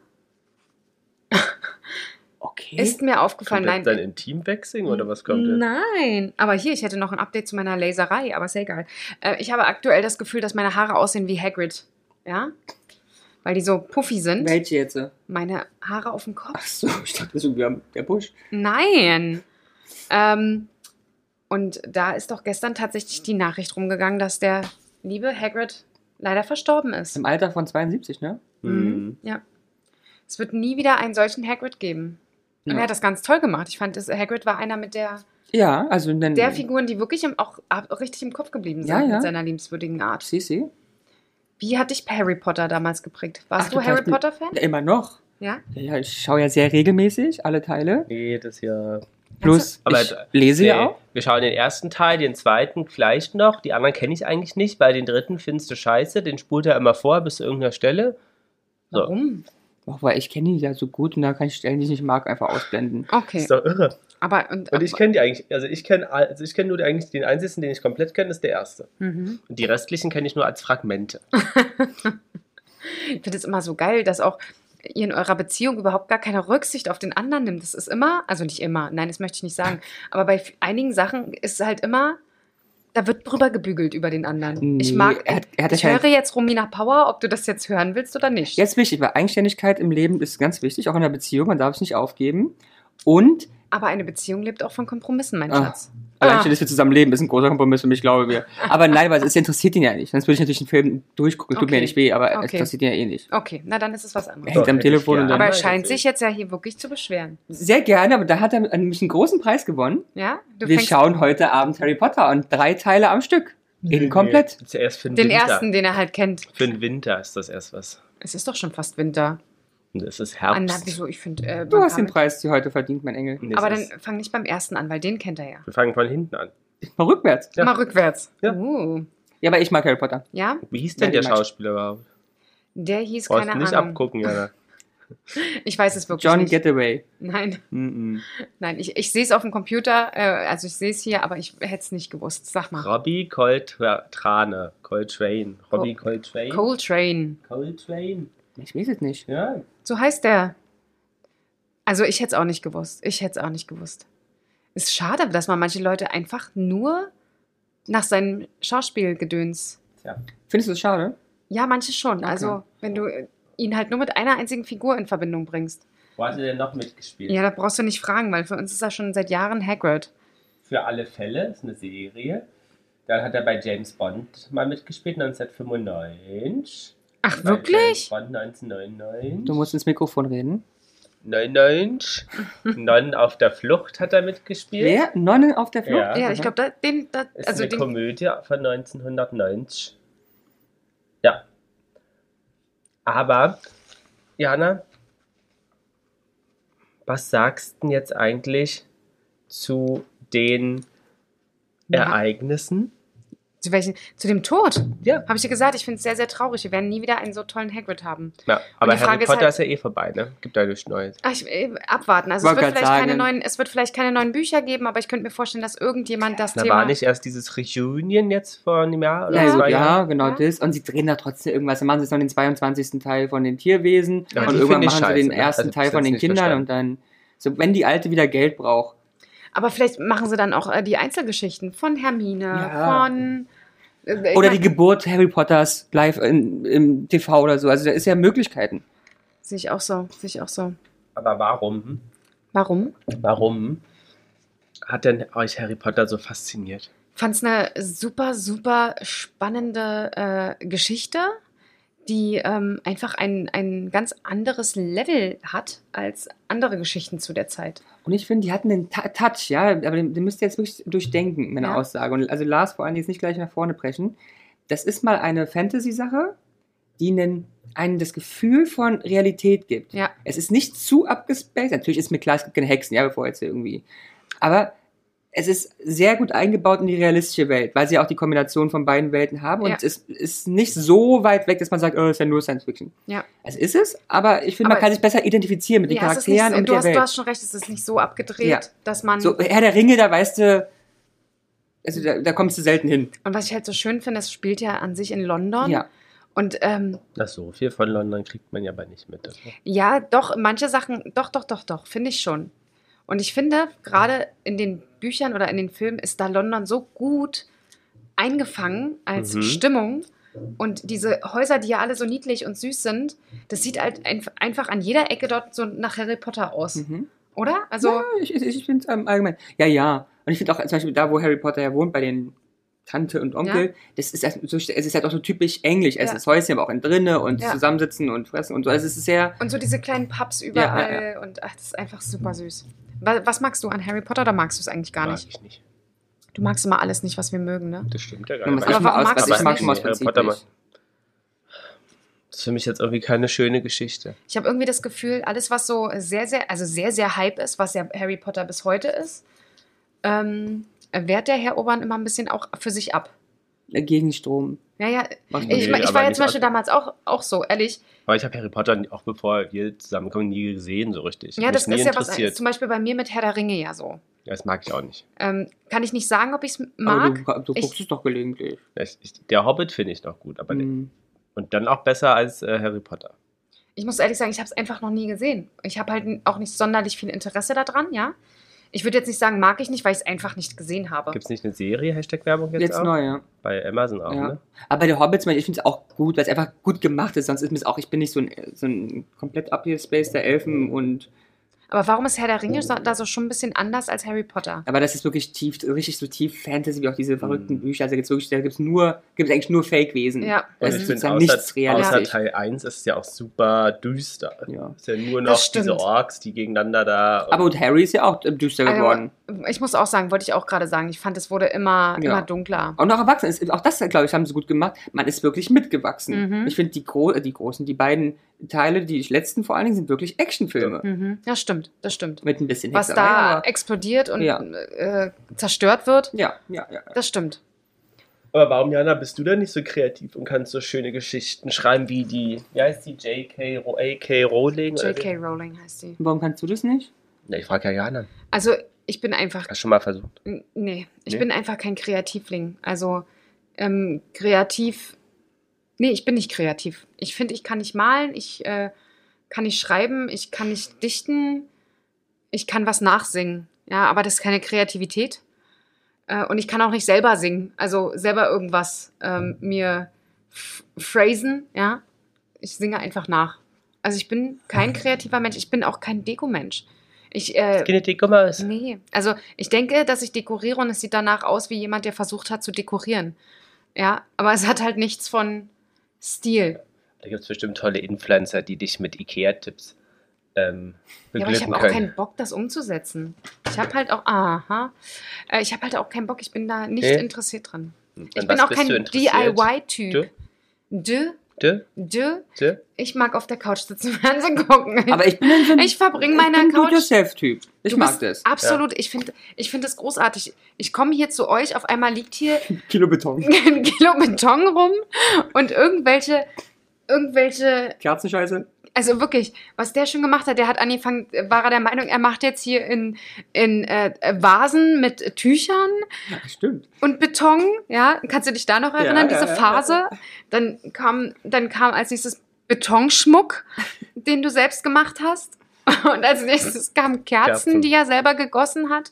S1: Okay.
S2: ist mir aufgefallen,
S3: Kommt jetzt dein
S2: nein.
S3: Intimwechsel oder was kommt jetzt?
S2: Nein, aber hier, ich hätte noch ein Update zu meiner Laserei, aber ist ja egal. Äh, ich habe aktuell das Gefühl, dass meine Haare aussehen wie Hagrid, ja, weil die so puffy sind.
S1: Welche jetzt?
S2: Meine Haare auf dem Kopf?
S1: Ach so, ich dachte, das ist irgendwie am- der Busch.
S2: Nein. Ähm, und da ist doch gestern tatsächlich die Nachricht rumgegangen, dass der liebe Hagrid leider verstorben ist.
S1: Im Alter von 72, ne?
S2: Mhm.
S3: Mhm.
S2: Ah, Ja. Es wird nie wieder einen solchen Hagrid geben. Und
S1: Ja.
S2: er hat das ganz toll gemacht. Ich fand, das, Hagrid war einer mit der,
S1: Ja, also dann.
S2: der Figuren, die wirklich im, auch, auch richtig im Kopf geblieben sind
S1: Ja, ja.
S2: mit seiner liebenswürdigen Art.
S1: Sisi?
S2: Wie hat dich Harry Potter damals geprägt? Warst
S1: Ach,
S2: du
S1: total
S2: Harry
S1: spiel-
S2: Potter-Fan?
S1: Ja, immer noch.
S2: Ja?
S1: Ja, ich schaue ja sehr regelmäßig alle Teile.
S3: Jedes Jahr.
S1: Plus,
S3: Aber
S1: ich
S3: d-
S1: lese
S3: Nee,
S1: ja auch.
S3: Wir schauen den ersten Teil, den zweiten vielleicht noch. Die anderen kenne ich eigentlich nicht, weil den dritten findest du scheiße. Den spult er immer vor bis zu irgendeiner Stelle. So.
S2: Warum?
S1: Auch weil ich kenne die ja so gut und da kann ich Stellen, die ich nicht mag, einfach ausblenden.
S2: Okay.
S3: Ist doch irre.
S2: Aber und,
S3: Und ich kenne die eigentlich, also ich kenne also ich kenn nur die- eigentlich den einzigen, den ich komplett kenne, ist der erste.
S2: mhm.
S3: Und die restlichen kenne ich nur als Fragmente.
S2: Ich finde es immer so geil, dass auch ihr in eurer Beziehung überhaupt gar keine Rücksicht auf den anderen nimmt. Das ist immer, also nicht immer, nein, das möchte ich nicht sagen, aber bei f- einigen Sachen ist halt immer, da wird drüber gebügelt über den anderen. ich
S1: Nee,
S2: mag,
S1: Mm, er hat- er hat
S2: ich
S1: das halt-
S2: höre jetzt Romina Power, ob du das jetzt hören willst oder nicht.
S1: Jetzt wichtig, weil Eigenständigkeit im Leben ist ganz wichtig, auch in der Beziehung, man darf es nicht aufgeben. Und
S2: Aber eine Beziehung lebt auch von Kompromissen, mein
S1: Ah.
S2: Schatz.
S1: allein
S2: Ah.
S1: schon, dass wir zusammen leben, ist ein großer Kompromiss für mich, glaube mir. Aber nein, weil es interessiert ihn ja nicht. Sonst würde ich natürlich den Film durchgucken, tut
S2: Okay.
S1: mir ja nicht weh, aber es
S2: Okay.
S1: interessiert ihn ja eh nicht.
S2: Okay, na dann ist es was anderes.
S1: Hängt am
S3: hätte ich
S1: Telefon und
S3: gerne.
S2: Aber
S1: dann-
S2: er scheint sich jetzt ja hier wirklich zu beschweren.
S1: Sehr gerne, aber da hat er nämlich einen großen Preis gewonnen.
S2: Ja? Du
S1: wir
S2: fängst
S1: schauen heute Abend Harry Potter und drei Teile am Stück. In komplett.
S3: Nee, zuerst für den,
S2: den
S3: Winter.
S2: ersten, den er halt kennt.
S3: Für den Winter ist das erst was.
S2: Es ist doch schon fast Winter.
S3: Und es ist
S2: Ah, na,
S3: Herbst.
S2: wieso? Ich finde. Äh,
S1: Du
S2: man
S1: hast
S2: kann
S1: den Preis dir heute verdient, mein Engel.
S3: Nee, es
S2: Aber
S3: ist-
S2: dann fang nicht beim ersten an, weil den kennt er ja.
S3: Wir fangen von hinten an.
S1: Mal rückwärts.
S3: Ja.
S2: Immer rückwärts.
S3: Ja.
S2: Uh,
S1: Ja, aber ich mag Harry Potter.
S2: ja?
S3: Wie hieß
S1: Ja,
S3: denn der
S1: die mag-
S3: Schauspieler überhaupt?
S2: Der hieß,
S3: Brauchst
S2: keine
S3: nicht
S2: Ahnung.
S3: abgucken, Jana.
S2: Ich weiß es wirklich
S1: John
S2: nicht.
S1: Getaway.
S2: nein,
S1: Mm -mm.
S2: nein, ich, ich sehe es auf dem Computer, äh, also ich sehe es hier, aber ich hätte es nicht gewusst. Sag mal.
S3: Robbie Coltrane. Coltrane. Robbie
S2: Oh.
S3: Coltrane.
S2: Coltrane.
S3: Coltrane.
S1: Ich weiß es nicht.
S3: Ja.
S2: So heißt der. Also ich hätte es auch nicht gewusst. Ich hätte es auch nicht gewusst. Ist schade, dass man manche Leute einfach nur nach seinem Schauspielgedöns.
S1: Findest du es schade?
S2: Ja, manche schon.
S1: Okay.
S2: Also, wenn du äh, ihn halt nur mit einer einzigen Figur in Verbindung bringst.
S3: Wo hat er denn noch mitgespielt?
S2: Ja, da brauchst du nicht fragen, weil für uns ist er schon seit Jahren Hagrid.
S3: Für alle Fälle ist eine Serie. Dann hat er bei James Bond mal mitgespielt, 1995.
S2: Ach,
S3: Bei James
S2: wirklich?
S3: Bond 1999.
S1: Du musst ins Mikrofon reden.
S3: 99. Nonnen auf der Flucht hat er mitgespielt.
S1: Wer? Nonnen auf der Flucht?
S3: Ja.
S2: Ja, ich glaube, da, den, da,
S3: Ist
S2: also
S3: eine
S2: den,
S3: Komödie von 1990. Ja. Aber, Jana, was sagst du denn jetzt eigentlich zu den
S2: Ja.
S3: Ereignissen?
S2: zu welchen, zu dem Tod.
S3: Ja.
S2: Habe ich dir gesagt, ich finde es sehr, sehr traurig. Wir werden nie wieder einen so tollen Hagrid haben.
S3: ja aber
S2: die
S3: Harry
S2: Frage ist
S3: Potter
S2: halt-
S3: ist ja eh vorbei, ne? Gibt da nichts Neues.
S2: Ach, ich, äh, abwarten. Also es
S1: Wollt
S2: wird,
S1: grad
S2: vielleicht keine
S1: sagen.
S2: neuen, es wird vielleicht keine neuen Bücher geben, aber ich könnte mir vorstellen, dass irgendjemand das
S3: Da
S2: Thema...
S3: war nicht erst dieses Reunion jetzt vor einem Jahr oder
S1: Ja,
S3: zwei
S1: gut,
S3: Jahren?
S1: ja, genau
S2: Ja.
S1: das. Und sie drehen da trotzdem irgendwas. Dann machen sie jetzt noch den 22. Teil von den Tierwesen.
S3: Ja,
S1: und
S3: die
S1: irgendwann
S3: find ich
S1: machen sie den
S3: scheiße, ne?
S1: ersten
S3: Also, das
S1: Teil von
S3: hätt's
S1: den
S3: nicht
S1: Kindern
S3: verstanden.
S1: und dann. So, wenn die Alte wieder Geld braucht.
S2: Aber vielleicht machen sie dann auch äh, die Einzelgeschichten von Hermine,
S1: Ja.
S2: von... äh, ich
S1: Oder
S2: mein,
S1: die Geburt Harry Potters live in, im TV oder so. Also da ist ja Möglichkeiten.
S2: Sehe ich auch so, sehe ich auch so.
S3: Aber warum?
S2: Warum?
S3: Warum hat denn euch Harry Potter so fasziniert?
S2: Fand es eine super, super spannende äh, Geschichte, die ähm, einfach ein, ein ganz anderes Level hat als andere Geschichten zu der Zeit.
S1: Und ich finde, die hatten einen Ta- Touch, ja, aber den, den müsst ihr jetzt wirklich durchdenken, meine
S2: Ja.
S1: Aussage. Und also Lars vor allem jetzt nicht gleich nach vorne brechen. Das ist mal eine Fantasy-Sache, die einen, einen das Gefühl von Realität gibt.
S2: Ja.
S1: Es ist nicht zu abgespaced. Natürlich ist mir klar, es gibt keine Hexen, ja, bevor jetzt hier irgendwie. Aber es ist sehr gut eingebaut in die realistische Welt, weil sie ja auch die Kombination von beiden Welten haben. Und
S2: Ja.
S1: es ist, ist nicht so weit weg, dass man sagt, oh, ist ja nur Science Fiction.
S2: Ja.
S1: Es ist es, aber ich finde, man
S2: Aber-
S1: kann sich besser identifizieren mit den
S2: es ist nicht
S1: Charakteren
S2: so,
S1: und mit
S2: du,
S1: der
S2: hast,
S1: Welt.
S2: du hast schon recht, es ist nicht so abgedreht,
S1: Ja.
S2: dass man.
S1: So, Herr der Ringe, da weißt du, also da, da kommst du selten hin.
S2: Und was ich halt so schön finde, es spielt ja an sich in London.
S1: Ja.
S2: Und ähm,
S3: Na, so viel von London kriegt man ja aber nicht mit. oder?
S2: ja, doch, manche Sachen, doch, doch, doch, doch, finde ich schon. Und ich finde, gerade in den Büchern oder in den Filmen ist da London so gut eingefangen als
S3: Mhm.
S2: Stimmung. Und diese Häuser, die ja alle so niedlich und süß sind, das sieht halt einf einfach an jeder Ecke dort so nach Harry Potter aus,
S1: Mhm.
S2: oder? Also,
S1: ähm, Ja, ich ich, ich finde es allgemein. Ja, ja. Und ich finde auch zum Beispiel da, wo Harry Potter ja wohnt, bei den Tante und Onkel. Das ist, erst so, es ist halt auch so typisch englisch. Es
S2: Ja.
S1: ist Häuschen, aber auch in drinne und
S2: Ja.
S1: zusammensitzen und fressen und so. Also es ist sehr,
S2: Und so diese kleinen Pubs überall
S1: Ja,
S2: und ach, das ist einfach super süß. Wa- Was magst du an Harry Potter oder magst du es eigentlich gar
S3: Mag
S2: nicht?
S3: ich nicht.
S2: Du magst immer alles nicht, was wir mögen, ne?
S3: Das stimmt ja gar
S1: man muss
S2: Aber
S1: echt mal
S2: warum
S1: aus,
S2: magst
S1: also ich
S2: du's
S1: mag
S2: nicht?
S1: schon mal aus
S3: Harry
S1: Prinzip
S3: Potter
S1: nicht.
S3: Das ist für mich jetzt irgendwie keine schöne Geschichte.
S2: Ich habe irgendwie das Gefühl, alles, was so sehr, sehr, also sehr, sehr Hype ist, was ja Harry Potter bis heute ist, ähm, wehrt der Herr Obern immer ein bisschen auch für sich ab.
S1: Gegen Strom.
S2: Ja, ja,
S1: Macht man
S2: ich,
S1: nicht.
S3: Nee,
S2: ich
S3: aber
S2: war
S3: nicht
S2: jetzt zum Beispiel
S3: ab-
S2: damals auch, auch so, ehrlich.
S3: Aber ich habe Harry Potter auch bevor wir zusammenkommen nie gesehen so richtig.
S2: Ja,
S3: Mich
S2: das
S3: nie
S2: ist ja was,
S3: interessiert.
S2: zum Beispiel bei mir mit Herr der Ringe ja so.
S3: Ja, das mag ich auch nicht.
S2: Ähm, kann ich nicht sagen, ob ich es
S1: Aber
S2: mag.
S1: du, du
S2: ich-
S1: guckst es doch gelegentlich.
S3: Das ist, der Hobbit finde ich noch gut, aber der,
S1: Mhm.
S3: und dann auch besser als äh, Harry Potter.
S2: Ich muss ehrlich sagen, ich habe es einfach noch nie gesehen. Ich habe halt auch nicht sonderlich viel Interesse daran, ja. Ich würde jetzt nicht sagen, mag ich nicht, weil ich es einfach nicht gesehen habe.
S3: Gibt es nicht eine Serie Hashtag Werbung jetzt,
S1: Jetzt
S3: auch?
S1: neu, ja.
S3: Bei Amazon auch,
S1: Ja.
S3: ne?
S1: Aber der Hobbit, ich finde es auch gut, weil es einfach gut gemacht ist. Sonst ist mir es auch, ich bin nicht so ein, so ein komplett abgespaced der Elfen und.
S2: Aber warum ist Herr der
S3: Oh.
S2: Ringe so- da so schon ein bisschen anders als Harry Potter?
S1: Aber das ist wirklich tief, richtig so tief Fantasy, wie auch diese verrückten
S3: Mhm.
S1: Bücher. Also gibt's wirklich, da gibt's nur, gibt's eigentlich nur Fake-Wesen. Da
S2: Ja,
S3: Hm. Und
S1: ist
S3: ich find,
S1: sozusagen nichts
S3: außer
S1: realistisch.
S3: Teil 1 ist es ja auch super düster.
S1: Ja.
S3: Ist ja nur noch
S2: Das
S3: diese
S2: stimmt.
S3: Orks, die gegeneinander da. und-
S1: Aber gut, Harry ist ja auch äh, düster
S2: Also-
S1: geworden.
S2: ich muss auch sagen, wollte ich auch gerade sagen, ich fand, es wurde immer,
S1: Ja.
S2: immer dunkler.
S1: Und auch Erwachsene, ist, auch das, glaube ich, haben sie gut gemacht. Man ist wirklich mitgewachsen.
S2: Mhm.
S1: Ich finde, die, Gro äh, die großen, die beiden Teile, die letzten vor allen Dingen, sind wirklich Actionfilme.
S2: Mhm. Ja, stimmt, das stimmt.
S1: Mit ein bisschen
S2: Was
S1: Hexerei,
S2: da
S1: aber-
S2: explodiert und
S1: Ja.
S2: äh, zerstört wird,
S1: Ja, ja, ja.
S2: das stimmt.
S3: Aber warum, Jana, bist du da nicht so kreativ und kannst so schöne Geschichten schreiben wie die, wie heißt die, J.K. Ro- A.K. Rowling? oder
S2: J.K.
S3: wie?
S2: Rowling heißt sie.
S1: Warum kannst du das nicht?
S3: Na, ich frage ja Jana.
S2: Also, ich bin einfach
S3: Hast du schon mal versucht?
S2: N- Nee, ich
S3: Nee?
S2: bin einfach kein Kreativling. Also ähm, kreativ. Nee, ich bin nicht kreativ. Ich finde, ich kann nicht malen, ich äh, kann nicht schreiben, ich kann nicht dichten, ich kann was nachsingen. Ja, aber das ist keine Kreativität. Äh, und ich kann auch nicht selber singen, also selber irgendwas ähm, mir f- phrasen. Ja, ich singe einfach nach. Also ich bin kein kreativer Mensch, ich bin auch kein Dekomensch. Ich äh,
S3: Genetik, guck mal. es-
S2: Nee, also ich denke, dass ich dekoriere und es sieht danach aus wie jemand, der versucht hat zu dekorieren. Ja, aber es hat halt nichts von Stil.
S3: Da gibt es bestimmt tolle Influencer, die dich mit Ikea-Tipps ähm,
S2: Ja, aber ich
S3: beglücken
S2: habe auch
S3: können.
S2: keinen Bock, das umzusetzen. Ich habe halt auch, aha, Äh, ich habe halt auch keinen Bock, ich bin da nicht
S3: Nee.
S2: interessiert dran.
S3: An
S2: Ich bin
S3: was
S2: auch
S3: bist
S2: kein
S3: du interessiert? Du?
S2: DIY-Typ. Dö,
S3: Du?
S2: dö,
S3: Du?
S2: ich mag auf der Couch sitzen, Fernsehen gucken.
S1: Aber ich bin ein-
S2: ich verbringe meine
S1: ich bin ein
S2: Couch
S1: Do-it-yourself-Typ. Ich
S2: Du
S1: mag
S2: bist
S1: das.
S2: Absolut, ich finde ich find das großartig. Ich komme hier zu euch, auf einmal liegt hier
S1: Kilo Beton.
S2: ein Kilo Beton rum und irgendwelche, irgendwelche,
S1: Kerzenscheiße.
S2: also wirklich, was der schon gemacht hat, der hat angefangen, war er der Meinung, er macht jetzt hier in, in äh, Vasen mit Tüchern
S1: Ja, stimmt.
S2: und Beton, ja, kannst du dich da noch erinnern,
S1: Ja, ja,
S2: diese
S1: ja.
S2: Phase? Dann kam, dann kam als nächstes Betonschmuck, den du selbst gemacht hast. Und als nächstes kamen Kerzen,
S3: Kerzen.
S2: die er selber gegossen hat.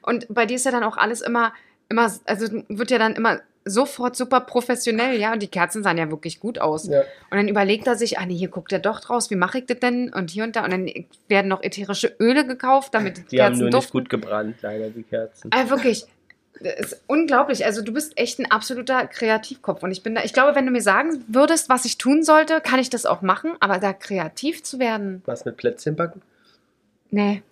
S2: Und bei dir ist ja dann auch alles immer, immer, also wird ja dann immer sofort super professionell, ja. Und die Kerzen sahen ja wirklich gut aus.
S3: Ja.
S2: Und dann überlegt er sich, ah nee, hier guckt er doch draus, wie mache ich das denn? Und hier und da. Und dann werden noch ätherische Öle gekauft, damit die,
S3: Die haben
S2: Kerzen
S3: nur nicht
S2: duften.
S3: gut gebrannt, leider, die Kerzen.
S2: Ah, wirklich. Das ist unglaublich. Also du bist echt ein absoluter Kreativkopf. Und ich bin da, ich glaube, wenn du mir sagen würdest, was ich tun sollte, kann ich das auch machen. Aber da kreativ zu werden,
S3: Was mit Plätzchen backen?
S2: nee,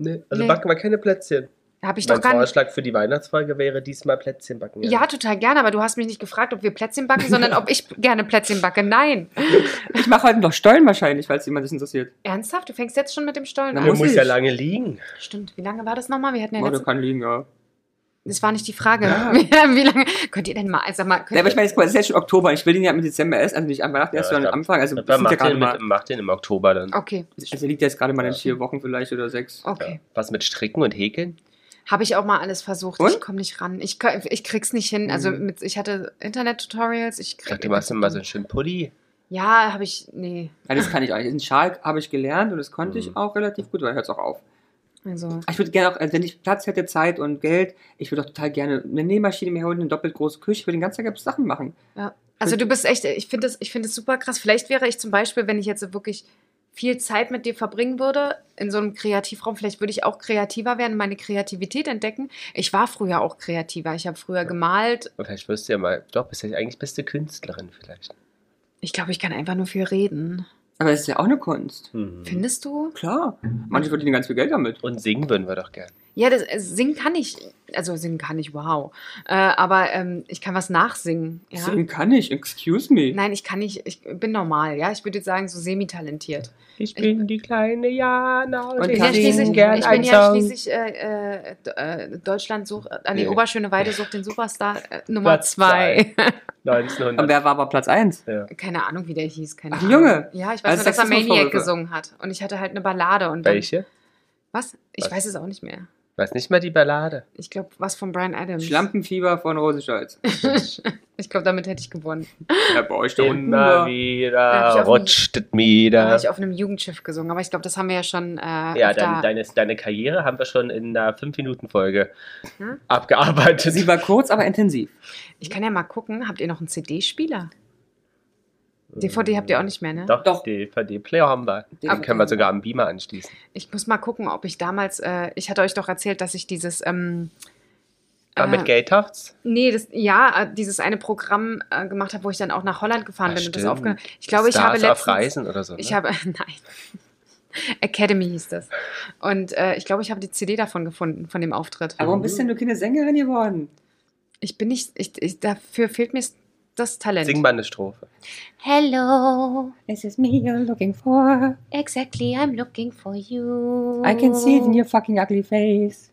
S3: Nee. Also
S2: Nee.
S3: backen wir keine Plätzchen.
S2: habe ich
S3: mein
S2: doch gar nicht.
S3: Vorschlag für die Weihnachtsfolge wäre diesmal Plätzchen backen.
S2: Ja, total gerne, aber du hast mich nicht gefragt, ob wir Plätzchen backen, sondern ob ich gerne Plätzchen backe. Nein.
S1: Ich mache heute noch Stollen wahrscheinlich, falls jemand das interessiert.
S2: Ernsthaft? Du fängst jetzt schon mit dem Stollen
S1: Na,
S3: Der
S2: an.
S1: muss
S3: muss ja
S1: ich.
S3: lange liegen.
S2: Stimmt. Wie lange war das nochmal? Wir hatten ja
S1: Oh, der
S2: letzte,
S1: kann liegen, ja.
S2: Das war nicht die Frage. Wie lange? Könnt ihr denn mal, sag mal, könnt
S1: Ja, aber ich
S2: ihr,
S1: meine, es ist jetzt schon Oktober. Ich will den ja im Dezember essen, also nicht am Weihnachten erst,
S3: Ja,
S1: sondern
S3: ich
S1: am Anfang. Also, das
S3: Papa
S1: sind ja
S3: macht,
S1: gerade
S3: den
S1: mal,
S3: mit, macht den im Oktober dann.
S2: okay,
S1: also liegt jetzt gerade mal in vier Wochen vielleicht oder sechs.
S2: Ah, okay.
S3: Ja. Was mit Stricken und Häkeln?
S2: Habe ich auch mal alles versucht.
S1: Und? Mhm.
S2: Ich komme nicht ran. Ich, ko- ich krieg's nicht hin. Also mit, ich hatte Internet-Tutorials. Ich
S3: Ich
S2: krieg,
S3: dachte, du machst immer so einen schönen Pulli.
S2: Ja, habe ich. Nee.
S1: Ja, das kann ich auch nicht. Einen Schal habe ich gelernt und das konnte ich
S3: Mhm.
S1: auch relativ gut, weil hört es auch auf.
S2: Also.
S1: Ich würde gerne auch, also wenn ich Platz hätte, Zeit und Geld, ich würde auch total gerne eine Nähmaschine mir holen, eine doppelt große Küche. Ich würde den ganzen Tag Sachen machen.
S2: Also du bist echt. Ich finde das, ich find das super krass. Vielleicht wäre ich zum Beispiel, wenn ich jetzt so wirklich viel Zeit mit dir verbringen würde in so einem Kreativraum. Vielleicht würde ich auch kreativer werden, meine Kreativität entdecken. Ich war früher auch kreativer. Ich habe früher gemalt.
S3: Und vielleicht wirst du ja mal, doch, bist ja eigentlich beste Künstlerin vielleicht.
S2: Ich glaube, ich kann einfach nur viel reden.
S1: Aber es ist ja auch eine Kunst.
S3: Mhm.
S2: Findest du?
S1: Klar. Manche verdienen ganz viel Geld damit.
S3: Und singen würden wir doch gern.
S2: Ja, das, äh, singen kann ich. Also singen kann ich, wow. Äh, aber ähm, ich kann was nachsingen. Ja?
S1: Singen kann ich, excuse me.
S2: Nein, ich kann nicht. Ich bin normal, ja. Ich würde jetzt sagen, so semi-talentiert.
S3: Ich bin die kleine Jana
S1: Und
S2: Ich
S1: kann
S2: bin ja schließlich,
S1: singen,
S3: gern
S2: ich bin
S3: einen
S2: ja
S3: Song.
S2: schließlich äh, äh, D- äh, Deutschland sucht, an die
S3: Nee.
S2: Oberschöneweide sucht den Superstar äh, Nummer
S3: Platz
S2: zwei.
S3: 1900.
S1: Und wer war aber Platz 1?
S2: Keine Ahnung, wie der hieß. Keine
S1: Ach,
S2: Ahnung.
S1: Junge.
S2: Ja, ich weiß
S1: Also
S2: nur, dass er Maniac
S1: Sexismusvorwürfe.
S2: gesungen hat. Und ich hatte halt eine Ballade. Und dann,
S3: Welche?
S2: Was? Ich
S3: Was?
S2: weiß es auch nicht mehr.
S3: Weiß nicht mal die Ballade.
S2: Ich glaube, was von Brian Adams.
S1: Schlampenfieber von Rose Scholz.
S2: Ich glaube, damit hätte ich gewonnen.
S1: Ja, bei euch da unten.
S3: Immer
S1: nur-
S2: hab ich
S3: wieder
S2: auf dem-
S3: rutschtet
S2: Da war
S3: wieder.
S2: ich auf einem Jugendschiff gesungen. Aber ich glaube, das haben wir ja schon. Äh,
S3: Ja,
S2: öfter-
S3: dein, deine, deine Karriere haben wir schon in einer 5-Minuten-Folge
S2: Hm?
S3: abgearbeitet.
S1: Sie war kurz, aber intensiv.
S2: Ich kann ja mal gucken, habt ihr noch einen CD-Spieler?
S3: Äh.
S2: DVD habt ihr auch nicht mehr, ne?
S3: Doch,
S1: Doch.
S3: DVD-Player haben wir. Den
S1: Aber-
S3: können wir sogar am Beamer anschließen.
S2: Ich muss mal gucken, ob ich damals. Äh, ich hatte euch doch erzählt, dass ich dieses. Ähm,
S3: Aber
S2: äh,
S3: mit Gatehafts?
S2: Nee, das, ja, äh, dieses eine Programm äh, gemacht habe, wo ich dann auch nach Holland gefahren
S3: Ah,
S2: bin und das
S3: stimmt.
S2: aufgenommen Ich glaube, ich habe
S3: Stars auf
S2: letztens.
S3: Reisen oder so. Ne?
S2: Ich habe. Nein. Academy hieß das. Und äh, ich glaube, ich habe die CD davon gefunden, von dem Auftritt.
S1: Aber warum bist denn du keine Sängerin geworden?
S2: Ich bin nicht. Ich, ich, dafür fehlt mir das Talent.
S3: Sing mal eine Strophe.
S5: Hello,
S1: This is me you're looking for.
S5: exactly, I'm looking for you.
S1: I can see it in your fucking ugly face.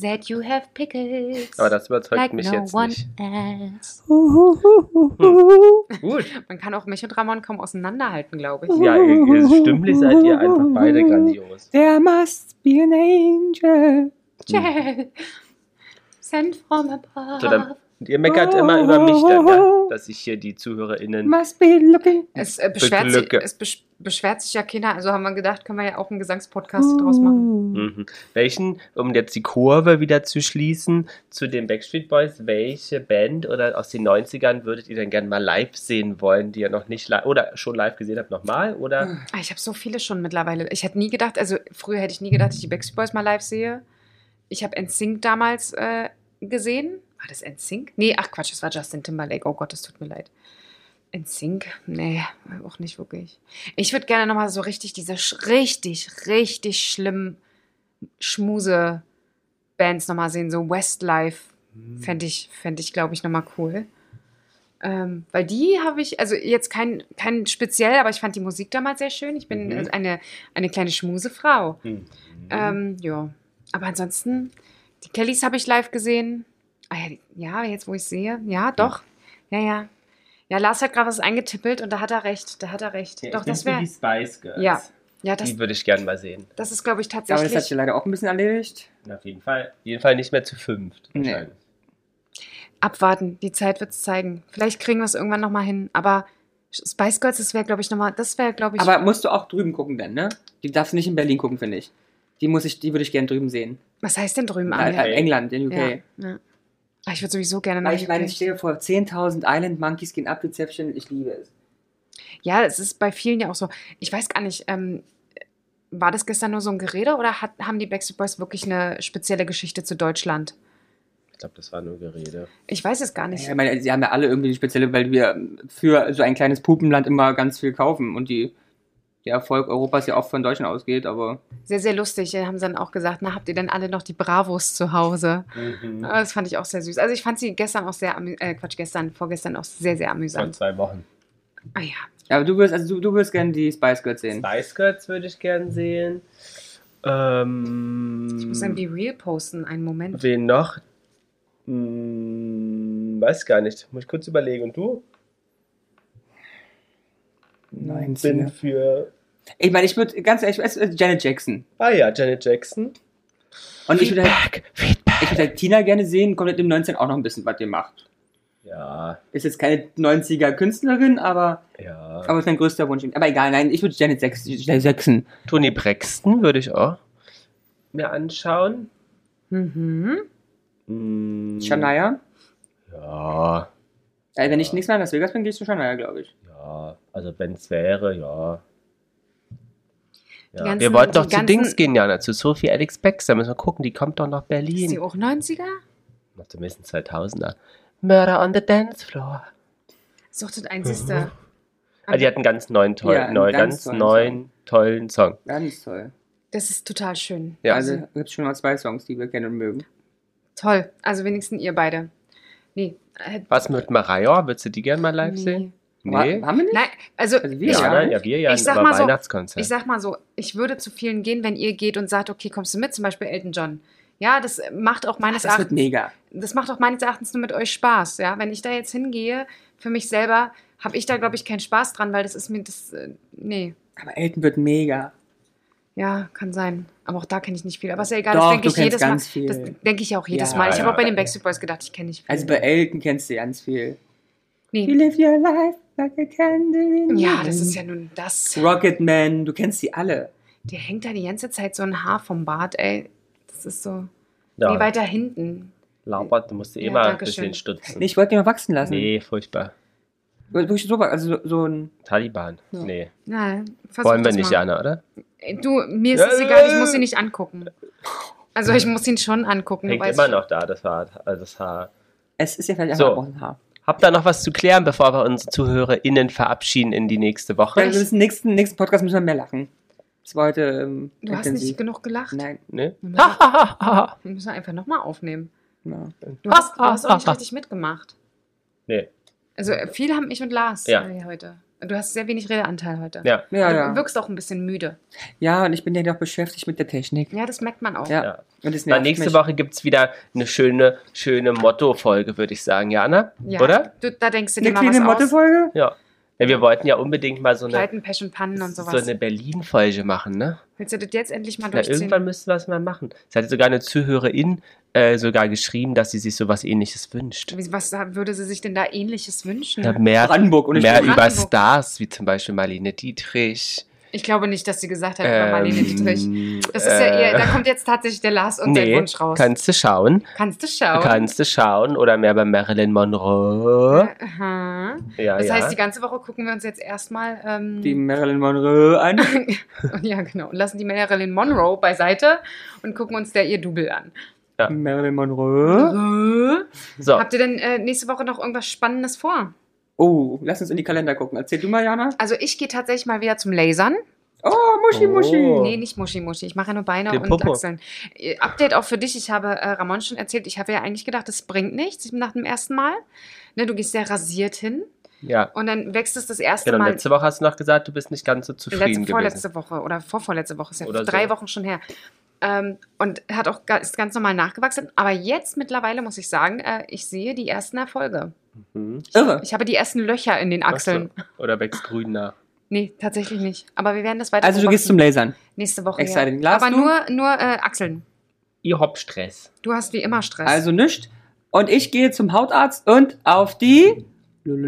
S5: that you have pickles.
S3: Aber das überzeugt
S5: like
S3: mich
S5: no
S3: jetzt
S5: one
S3: nicht.
S5: else.
S1: Hm.
S3: Gut.
S2: Man kann auch mich und Ramon kaum auseinanderhalten, glaube ich.
S3: Ja, ihr, ihr stimmlich seid ihr einfach beide grandios.
S1: There must be an angel.
S5: Jack, sent from above.
S3: So, dann- Und ihr meckert immer über mich dann, ne? dass ich hier die ZuhörerInnen.
S1: Must be looking.
S2: Es, äh, beschwert, sich,
S3: Beglücke.
S2: es besch beschwert sich ja keiner, also haben wir gedacht, können wir ja auch einen Gesangspodcast draus machen.
S1: Hm.
S3: Mhm. Welchen, um jetzt die Kurve wieder zu schließen, zu den Backstreet Boys, welche Band oder aus den 90ern würdet ihr denn gerne mal live sehen wollen, die ihr noch nicht live oder schon live gesehen habt, nochmal? Oder
S2: Ah, Ich habe so viele schon mittlerweile. Ich hätte nie gedacht, also früher hätte ich nie gedacht, dass ich die Backstreet Boys mal live sehe. Ich habe NSYNC damals äh, gesehen. War das NSYNC? Nee, ach Quatsch, das war Justin Timberlake. Oh Gott, das tut mir leid. NSYNC? Nee, auch nicht wirklich. Ich würde gerne nochmal so richtig diese sch richtig, richtig schlimmen Schmuse-Bands nochmal sehen. So Westlife fände ich, fänd ich glaube ich, nochmal cool. Ähm, weil die habe ich, also jetzt kein, kein speziell, aber ich fand die Musik damals sehr schön. Ich bin
S3: Mhm.
S2: äh, eine, eine kleine Schmusefrau.
S3: Mhm.
S2: Ähm, ja. Aber ansonsten, die Kellys habe ich live gesehen. Ah, ja, die- ja, jetzt wo ich sehe. Ja, doch. Ja, ja. Ja, Lars hat gerade was eingetippelt und da hat er recht. Da hat er recht.
S3: Ja, ich
S2: doch,
S3: bin
S2: das
S3: für
S2: wäre.
S3: die Spice Girls.
S2: Ja, Ja, das,
S3: Die würde ich gerne mal sehen.
S2: das ist, glaube ich,
S1: Aber das hat
S2: tatsächlich.
S1: sich leider auch ein bisschen erledigt.
S3: Auf jeden Fall. Auf jeden Fall nicht mehr zu fünft.
S1: Nee.
S3: wahrscheinlich.
S2: Abwarten. Die Zeit wird es zeigen. Vielleicht kriegen wir es irgendwann nochmal hin. Aber Spice Girls, das wäre, glaube ich, nochmal. Das wäre, glaube ich.
S1: Aber musst du auch drüben gucken, denn, ne? Die darfst du nicht in Berlin gucken, finde ich. Die, muss ich, die würde ich gerne drüben sehen.
S2: was heißt denn drüben
S1: Na,
S2: an?
S1: äh, England, in UK.
S2: Ja, ja. Ah, Ich würde sowieso gerne nach
S1: Weil ich meine, ich
S2: UK.
S1: stehe vor 10.000 Island Monkeys gehen ab, Deception, ich liebe es.
S2: Ja, es ist bei vielen ja auch so. Ich weiß gar nicht, ähm, war das gestern nur so ein Gerede oder hat, haben die Backstreet Boys wirklich eine spezielle Geschichte zu Deutschland?
S3: Ich glaube, das war nur Gerede.
S2: Ich weiß es gar nicht.
S3: Ähm.
S1: Ich meine, sie haben ja alle irgendwie die spezielle, weil wir für so ein kleines Pupenland immer ganz viel kaufen und die, der Erfolg Europas ja oft von Deutschland ausgeht, aber
S2: Sehr, sehr lustig. Da haben sie dann auch gesagt, na, habt ihr denn alle noch die Bravos zu Hause?
S3: Mhm.
S2: Ah, Das fand ich auch sehr süß. Also ich fand sie gestern auch sehr, amü- äh, Quatsch, gestern, vorgestern auch sehr, sehr
S3: Vor
S2: amüsant.
S3: zwei Wochen.
S2: Ah ja.
S1: aber du wirst also du, du wirst gerne die Spice Girls sehen.
S3: Spice Girls würde ich gerne sehen. Ähm,
S2: Ich muss
S3: Mm.
S2: ein Be Real posten, einen Moment.
S3: Wen noch? Hm, weiß gar nicht. Muss ich kurz überlegen. Und du?
S1: Nein,
S3: Bin
S1: Sinne.
S3: für.
S1: Ich meine, ich würde ganz ehrlich, es ist Janet Jackson.
S3: Ah ja, Janet Jackson.
S1: Und ich würde halt,
S3: Feedback.
S1: ich würd halt Tina gerne sehen, kommt halt im 19 auch noch ein bisschen, was die macht.
S3: Ja,
S1: Ist jetzt keine 90er Künstlerin, aber
S3: ja.
S1: aber ist mein größter Wunsch. Aber egal, nein, ich würde Janet Jackson- Jackson.
S3: Toni Braxton würde ich auch mir anschauen.
S2: Mhm.
S3: Hm,
S1: Shania.
S3: Ja,
S1: Äh, wenn ich nichts mehr in Las Vegas bin, gehe ich zu Shania, glaube ich.
S3: ja. Also wenn es wäre, ja. Ja.
S2: ganzen-
S3: wir wollten doch
S2: die
S3: zu
S2: ganzen-
S3: Dings gehen, Jana, zu Sophie Alex Baxter. Müssen wir gucken, die kommt doch nach
S2: Ist die
S3: Berlin.
S2: auch 90er?
S3: Noch zumindest 2000er. Murder on the Dance Floor.
S2: Suchtet
S3: Mhm.
S2: ein, siehste.
S3: Ah, die hat einen ganz neuen, toll,
S1: Ja, einen
S3: neu,
S1: ganz
S3: ganz,
S1: tollen
S3: neuen, tollen Song.
S1: Ganz toll.
S2: Das ist total schön.
S3: Ja.
S1: Also gibt es schon mal zwei Songs, die wir kennen und mögen.
S2: Toll. Also wenigstens ihr beide. Nee. Äh,
S3: Was mit Mariah? Würdest du die gerne mal live
S2: nee.
S3: sehen?
S1: Wa-
S3: Nee.
S1: Haben wir nicht?
S2: Nein, also,
S1: Also wir
S2: ich,
S1: ja.
S3: Jana, ja, wir ja,
S2: Ich sag
S3: aber
S2: mal so,
S3: Weihnachtskonzert.
S2: ich sag mal so, ich würde zu vielen gehen, wenn ihr geht und sagt, okay, kommst du mit, zum Beispiel Elton John. Ja, das macht auch meines
S1: das wird
S2: Erachtens
S1: mega.
S2: das macht auch meines Erachtens nur mit euch Spaß, ja. Wenn ich da jetzt hingehe, für mich selber, habe ich da, glaube ich, keinen Spaß dran, weil das ist mir das. Äh, nee,
S1: Aber Elton wird mega.
S2: ja, kann sein. Aber auch da kenne ich nicht viel. Aber ist ja egal,
S1: Doch,
S2: das denke
S1: du
S2: ich jedes
S1: kennst
S2: Mal.
S1: ganz viel.
S2: Das denke ich auch jedes
S1: Ja,
S2: Mal. Ich
S3: ja.
S2: habe auch bei den Backstreet Boys gedacht, ich kenne nicht viel.
S1: Also bei Elton kennst du ganz viel. You
S2: nee.
S1: live your life like a candle in
S2: Ja,
S1: the
S2: das ist ja
S1: wind.
S2: nun das.
S1: Rocketman, du kennst die alle.
S2: Der hängt da die ganze Zeit so ein Haar vom Bart, ey. Das ist so.
S3: ja.
S2: Nee, weiter hinten.
S3: Laubert, du musst eh
S2: Ja,
S3: mal ein
S2: danke schön.
S3: bisschen stutzen.
S1: Nee, ich wollte die mal wachsen lassen.
S3: nee, furchtbar.
S1: Du- du- so- Also so ein.
S3: Taliban.
S1: Ja.
S3: Nee.
S2: Na, versuch
S3: Wollen wir
S2: das
S3: nicht,
S2: mal.
S3: Jana, oder?
S2: Ey, Du, mir ist es
S3: Äh.
S2: egal, ich muss ihn nicht angucken. Also ich muss ihn schon angucken.
S3: Hängt
S2: weiß
S3: immer
S2: ich.
S3: noch da, das Haar. Also das Haar.
S1: Es ist ja vielleicht einfach
S3: So.
S1: auch ein Haar.
S3: Habt ihr noch was zu klären, bevor wir unsere ZuhörerInnen verabschieden in die nächste Woche?
S1: Weil wir müssen nächsten, nächsten Podcast müssen wir mehr lachen. Das war heute ähm,
S2: Du hast
S1: intensiv.
S2: nicht genug gelacht.
S1: Nein.
S3: Ne?
S2: Wir müssen, wir müssen einfach nochmal aufnehmen.
S1: Ja.
S2: Du hast, du hast auch nicht richtig mitgemacht.
S3: Nee.
S2: Also äh, viele haben ich und Lars
S3: Ja.
S2: äh, heute. Du hast sehr wenig Redeanteil heute.
S3: Ja.
S1: Ja,
S2: du
S1: ja.
S2: wirkst auch ein bisschen müde.
S1: ja, und ich bin ja noch beschäftigt mit der Technik.
S2: Ja, das merkt man auch.
S1: Ja.
S3: Ja.
S1: Und das
S3: Na,
S1: nervt
S3: nächste
S1: mich.
S3: Woche gibt es wieder eine schöne, schöne Motto-Folge, würde ich sagen, Jana.
S2: Ja.
S3: Oder?
S2: Du, da denkst du dir
S1: Eine
S2: mal
S1: kleine
S2: was aus.
S1: Mottefolge?
S3: Ja. ja. Wir wollten ja unbedingt mal so eine,
S2: Pleiten, Pech und Pannen und
S3: so
S2: sowas.
S3: eine Berlin-Folge machen, ne?
S2: Willst du das jetzt endlich mal
S3: Ja,
S2: durchziehen?
S3: irgendwann müssen wir es mal machen. Es hat sogar eine Zuhörerin äh, sogar geschrieben, dass sie sich sowas ähnliches wünscht.
S2: Wie- was würde sie sich denn da ähnliches wünschen?
S3: Ja, mehr
S1: Brandenburg und ich
S3: mehr
S2: Brandenburg.
S3: über Stars, wie zum Beispiel Marlene Dietrich.
S2: Ich glaube nicht, dass sie gesagt hat, über
S3: ähm, äh,
S2: Marlene Dietrich. Das ist ja eher, da kommt jetzt tatsächlich der Lars und sein
S3: nee,
S2: Wunsch raus.
S3: kannst du schauen.
S2: Kannst du schauen.
S3: Kannst du schauen. Oder mehr bei Marilyn Monroe.
S2: Aha.
S3: Ja,
S2: Das
S3: ja.
S2: heißt, die ganze Woche gucken wir uns jetzt erstmal. Ähm,
S1: Die Marilyn Monroe an.
S2: ja, genau. Und lassen die Marilyn Monroe beiseite und gucken uns der ihr Double an. Äh?
S1: Marilyn Monroe.
S3: so,
S2: Habt ihr denn äh, nächste Woche noch irgendwas Spannendes vor?
S1: Oh, lass uns in die Kalender gucken. Erzähl du mal, Jana.
S2: Also, ich gehe tatsächlich mal wieder zum Lasern.
S1: Oh, Muschi,
S3: Oh.
S1: Muschi.
S2: Nee, nicht Muschi Muschi. Ich mache ja nur Beine
S3: Den
S2: und
S3: Popo.
S2: Achseln. Äh, Update auch für dich. Ich habe äh, Ramon schon erzählt, ich habe ja eigentlich gedacht, das bringt nichts nach dem ersten Mal. Ne, du gehst sehr rasiert hin
S3: ja.
S2: und dann wächst es das erste
S3: Genau,
S2: Mal.
S3: letzte Woche hast du noch gesagt, du bist nicht ganz so zufrieden
S2: letzte,
S3: gewesen.
S2: vorletzte Woche oder vorvorletzte Woche, ist ja
S3: Oder
S2: drei
S3: so.
S2: Wochen schon her. Ähm, und hat auch ga- ist ganz normal nachgewachsen. Aber jetzt mittlerweile muss ich sagen, äh, ich sehe die ersten Erfolge.
S3: Mhm.
S1: Irre.
S2: Ich habe die ersten Löcher in den Achseln.
S3: Oder wächst grün nach.
S2: Nee, tatsächlich nicht. Aber wir werden das weiter
S1: Also du gehst zum
S2: beobachten.
S1: Lasern.
S2: nächste Woche.
S1: Exciting.
S2: Oh Ja.
S1: Lars,
S2: Aber
S1: du?
S2: nur, nur äh, Achseln.
S3: Ihr habt Stress.
S2: Du hast wie immer Stress.
S1: Also nischt. Und ich gehe zum Hautarzt und auf die. Stimmt.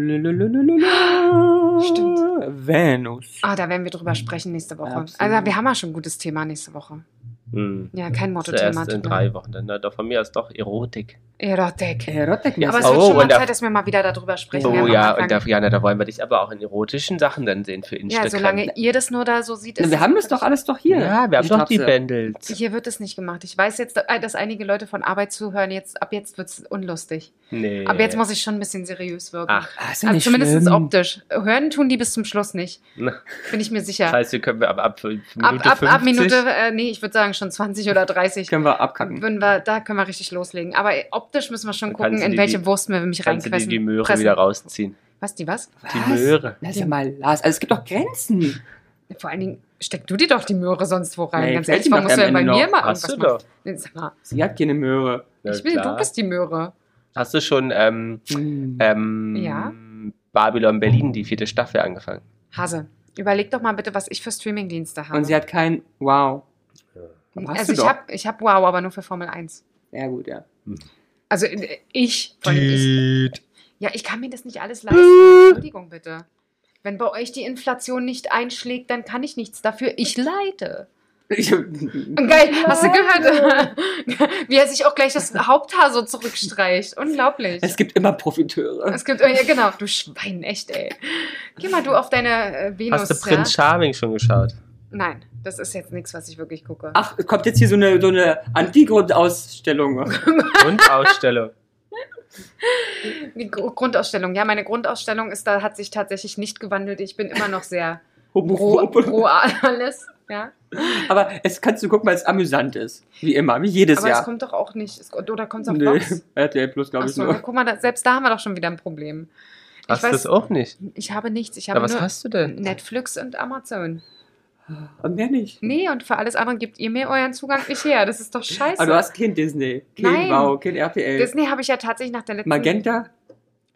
S1: Venus.
S2: Ah, da werden wir drüber sprechen nächste Woche.
S1: Absolut.
S2: Also wir haben ja schon ein gutes Thema nächste Woche.
S3: Hm.
S2: Ja, kein Motto-Thema.
S3: Zuerst in drei Wochen. Dann, na, doch, von mir aus doch Erotik.
S2: Erotik.
S1: Erotik
S2: Aber es
S3: Oh,
S2: wird schon mal
S3: und da-
S2: Zeit, dass wir mal wieder darüber sprechen. Wir
S3: Oh
S2: haben am
S3: ja,
S2: Anfang-
S3: und da, Jana, da wollen wir dich aber auch in erotischen Sachen dann sehen für Instagram.
S2: ja, solange ihr das nur da so sieht. ist
S1: wir haben das doch alles doch hier.
S3: Ja, wir haben doch die Bändels.
S2: Hier wird es nicht gemacht. Ich weiß jetzt, äh, dass einige Leute von Arbeit zuhören. Jetzt, ab jetzt wird es unlustig.
S3: Nee.
S2: Aber jetzt muss ich schon ein bisschen seriös wirken.
S3: Ach,
S1: Ah, ist ja
S2: also
S1: nicht
S2: zumindest
S1: schlimm.
S2: optisch. Hören tun die bis zum Schluss nicht.
S3: na,
S2: Bin ich mir
S3: das
S2: sicher.
S3: heißt, wir können wir ab, ab Minute
S2: ab, ab,
S3: 50,
S2: ab Minute, äh, nee, ich würde sagen schon 20 oder 30.
S1: Können wir abkacken.
S2: Würden wir, da können wir richtig loslegen. Aber optisch müssen wir schon
S3: Dann
S2: gucken,
S3: kannst du
S2: in
S3: dir
S2: welche
S3: die-
S2: Wurst wir mich
S3: kannst du dir
S2: reinquessen.
S3: die Möhre
S2: pressen.
S3: wieder rausziehen.
S2: Was, die was?
S1: Was?
S3: Die Möhre.
S1: Lass ja mal, Lars. Also es gibt doch Grenzen.
S2: Vor allen Dingen, steck du dir doch die Möhre sonst wo rein.
S1: Nee,
S2: Ganz
S1: fällt
S2: ehrlich,
S1: ihm
S2: warum
S1: doch
S2: musst du
S1: am
S2: denn bei
S1: Ende
S2: mir
S1: noch.
S2: mal
S3: Hast
S2: irgendwas
S3: du
S2: machen?
S3: doch.
S2: Nee, Sag mal,
S1: Sie hat keine Möhre.
S3: Na
S2: ich will,
S3: klar.
S2: du bist die Möhre.
S3: Hast du schon ähm,
S1: Hm.
S3: ähm,
S2: Ja.
S3: Babylon Berlin, die vierte Staffel, angefangen?
S2: Hase, überleg doch mal bitte, was ich für Streamingdienste habe.
S1: Und sie hat kein Wow. Aber hast
S2: also
S1: du
S2: ich
S1: doch.
S2: habe ich hab Wow, aber nur für Formel 1.
S1: Ja gut, ja.
S2: Also äh, ich, von ich. Ja, ich kann mir das nicht alles leisten. Entschuldigung bitte. Wenn bei euch die Inflation nicht einschlägt, dann kann ich nichts dafür. Ich leide.
S1: Ich,
S2: Und geil, hast du gehört, wie er sich auch gleich das Haupthaar so zurückstreicht. Unglaublich.
S1: es gibt immer Profiteure.
S2: Es gibt, ja genau, du Schwein, echt, ey. Geh mal du auf deine äh, Venus.
S3: Hast du Prinz Charming schon geschaut?
S2: ja? Nein, das ist jetzt nichts, was ich wirklich gucke.
S1: Ach, es kommt jetzt hier so eine, so eine Antigrundausstellung.
S3: Und Ausstellung.
S2: Die Gru- Grundausstellung. Ja, meine Grundausstellung ist, da hat sich tatsächlich nicht gewandelt. Ich bin immer noch sehr pro,
S1: Homophob.
S2: pro alles. Ja.
S1: Aber es kannst du gucken, weil es amüsant ist. Wie immer, wie jedes
S2: Aber es
S1: Jahr.
S2: kommt doch auch nicht. Es, oder kommt es auf
S1: nee,
S2: Vox?
S1: RTL Plus, glaube ich
S2: Achso,
S1: nur.
S2: guck mal, da, selbst da haben wir doch schon wieder ein Problem. Ich
S3: Hast du
S2: weiß-
S3: das auch nicht?
S2: Ich habe nichts. Ich habe
S3: Aber was
S2: nur
S3: hast du denn?
S2: Netflix und Amazon.
S1: Und mehr nicht.
S2: Nee, und für alles andere gebt ihr mir euren Zugang nicht her. Das ist doch scheiße.
S1: Aber du hast kein Disney, kein
S2: Nein.
S1: Wow, kein RTL.
S2: Disney habe ich ja tatsächlich nach der letzten.
S1: Magenta.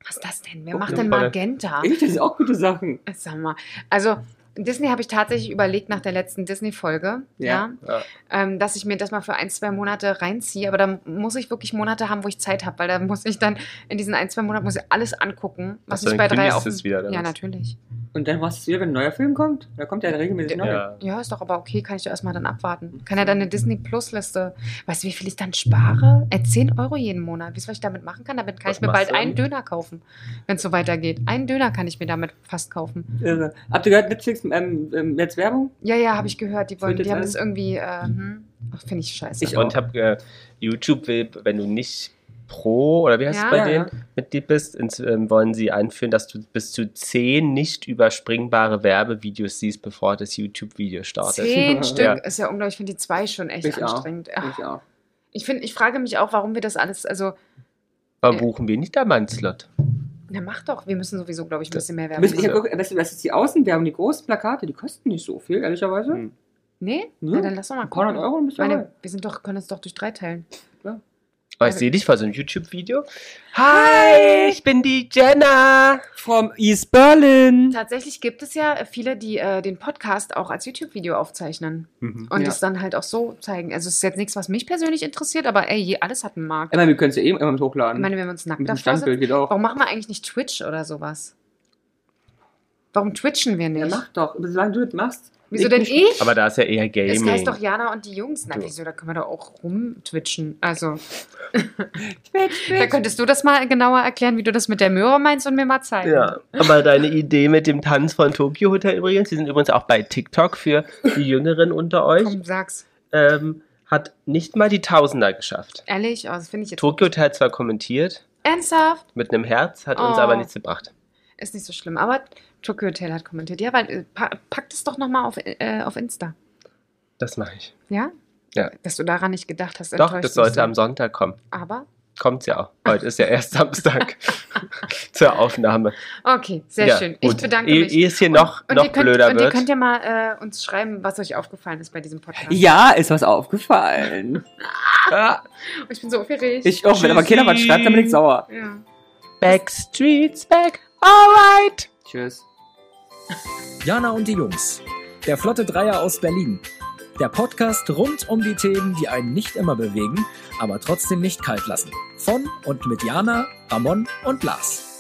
S2: Was ist das denn? Wer
S3: Oh,
S2: macht
S3: eine
S2: denn
S3: Rolle.
S2: Magenta?
S1: Ich, das sind auch gute Sachen.
S2: Sag mal. Also, Disney habe ich tatsächlich überlegt nach der letzten Disney-Folge, ja.
S1: Ja.
S3: Ja.
S2: Ähm, dass ich mir das mal für ein, zwei Monate reinziehe. Aber da muss ich wirklich Monate haben, wo ich Zeit habe, weil da muss ich dann in diesen ein, zwei Monaten muss ich alles angucken, was
S3: Ach so,
S2: ich bei
S3: Also dann
S2: drei
S3: kündigst
S2: auf.
S3: du es wieder, oder
S2: ja,
S3: was?
S2: natürlich.
S1: Und dann machst du es wieder, wenn ein neuer Film kommt. Da kommt ja regelmäßig neuer.
S3: Ja.
S2: Ja, ist doch aber okay, kann ich doch erstmal dann abwarten.
S1: Mhm.
S2: Kann ja dann eine Disney Plus-Liste. Weißt du, wie viel ich dann spare? Äh, 10 Euro jeden Monat. Wisst ihr, was ich damit machen kann? Damit kann
S3: Was
S2: ich mir
S3: machst
S2: bald
S3: du
S2: einen
S3: damit?
S2: Döner kaufen, wenn es so weitergeht. Einen Döner kann ich mir damit fast kaufen.
S1: Irre. Habt ihr gehört, Netflix ähm, ähm, jetzt Werbung?
S2: Ja, ja, habe ich gehört. Die, wollen,
S1: Fühlt
S2: die
S1: jetzt
S2: haben
S1: ein?
S2: das irgendwie. Äh, hm. Ach, finde ich scheiße.
S1: Ich
S3: Und
S1: auch.
S3: hab, äh, YouTube will, wenn du nicht Pro oder wie heißt
S2: Ja.
S3: es bei
S1: Ja,
S3: denen Mitglied bist, ins, ähm, wollen sie einführen, dass du bis zu zehn nicht überspringbare Werbevideos siehst, bevor das YouTube-Video startet.
S2: Zehn
S1: Ja.
S2: Stück ist ja unglaublich. Ich finde die zwei schon echt
S1: Ich auch.
S2: anstrengend. Ach,
S1: Ich auch.
S2: ich, find, ich frage mich auch, warum wir das alles. Also,
S3: Aber buchen wir nicht da mal einen Slot?
S2: na, mach doch. Wir müssen sowieso, glaube ich, ein
S3: Das-
S2: bisschen mehr Werbung
S1: Müssen, ich
S2: machen.
S1: hab, geguckt, weißt du, das ist die Außenwerbung, die großen Plakate, die kosten nicht so viel, ehrlicherweise.
S3: Hm.
S2: Nee?
S1: Nö.
S2: Na, dann lass doch mal
S1: Ein paar
S2: gucken.
S1: hundert Euro und bist
S2: Ich
S1: du dabei.
S2: meine, wir sind doch, können es doch durch drei teilen.
S3: Aber Oh,
S2: Also
S3: ich sehe dich vor so einem YouTube-Video. Hi, ich bin die Jenna.
S1: From East Berlin.
S2: Tatsächlich gibt es ja viele, die äh, den Podcast auch als YouTube-Video aufzeichnen und
S1: Ja.
S2: es dann halt auch so zeigen. Also es ist jetzt nichts, was mich persönlich interessiert, aber ey, je- alles hat einen
S1: Ich
S2: Markt.
S1: meine, wir können es ja eben immer mit hochladen.
S2: Ich meine, oh, wenn wir uns nackt
S1: mit dem
S2: davor sitzen,
S1: Standbild geht auch.
S2: warum machen wir eigentlich nicht Twitch oder sowas? Warum twitchen wir
S1: Ja,
S2: nicht?
S1: mach doch. Solange du das machst.
S2: wieso denn ich?
S3: Aber da ist ja eher
S2: es
S3: Gaming.
S2: heißt doch Jana und die Jungs. Na,
S3: Du.
S2: wieso? Da können wir doch auch rumtwitchen. Also,
S1: Twitch,
S2: da
S1: Twitch.
S2: könntest du das mal genauer erklären, wie du das mit der Möhre meinst und mir mal zeigen.
S3: Ja, aber deine Idee mit dem Tanz von Tokyo Hotel übrigens, die sind übrigens auch bei TikTok für die Jüngeren unter euch,
S2: Komm, sag's.
S3: ähm, hat nicht mal die Tausender geschafft.
S2: Ehrlich? Oh, das finde ich jetzt.
S3: Tokyo Hotel hat zwar kommentiert
S2: Ernsthaft?
S3: mit einem Herz, hat uns
S2: Oh.
S3: aber nichts gebracht.
S2: Ist nicht so schlimm. Aber Tokyo Hotel hat kommentiert. Ja, weil äh, pa packt es doch nochmal auf, äh, auf Insta.
S3: Das mache ich.
S2: Ja?
S3: Ja.
S2: Dass du daran nicht gedacht hast.
S3: Doch,
S2: enttäuscht
S3: das
S2: mich
S3: sollte
S2: so.
S3: am Sonntag kommen.
S2: Aber?
S3: Kommt's ja auch. Heute ist ja erst Samstag zur Aufnahme.
S2: Okay, sehr
S3: ja,
S2: schön. Ich
S3: gut.
S2: bedanke
S3: Ehe-
S2: mich.
S3: Ehe es hier noch,
S2: und
S3: noch
S2: ihr könnt,
S3: blöder
S2: und ihr
S3: wird.
S2: könnt ja mal äh, uns schreiben, was euch aufgefallen ist bei diesem Podcast.
S1: Ja, ist was aufgefallen.
S3: Ah,
S2: Ich bin so aufgeregt.
S1: Ich auch, wenn aber keiner was schreibt, dann bin ich sauer.
S2: ja.
S3: Backstreets back, alright.
S1: Tschüss.
S4: Jana und die Jungs. Der Flotte Dreier aus Berlin. Der Podcast rund um die Themen, die einen nicht immer bewegen, aber trotzdem nicht kalt lassen. Von und mit Jana, Ramon und Lars.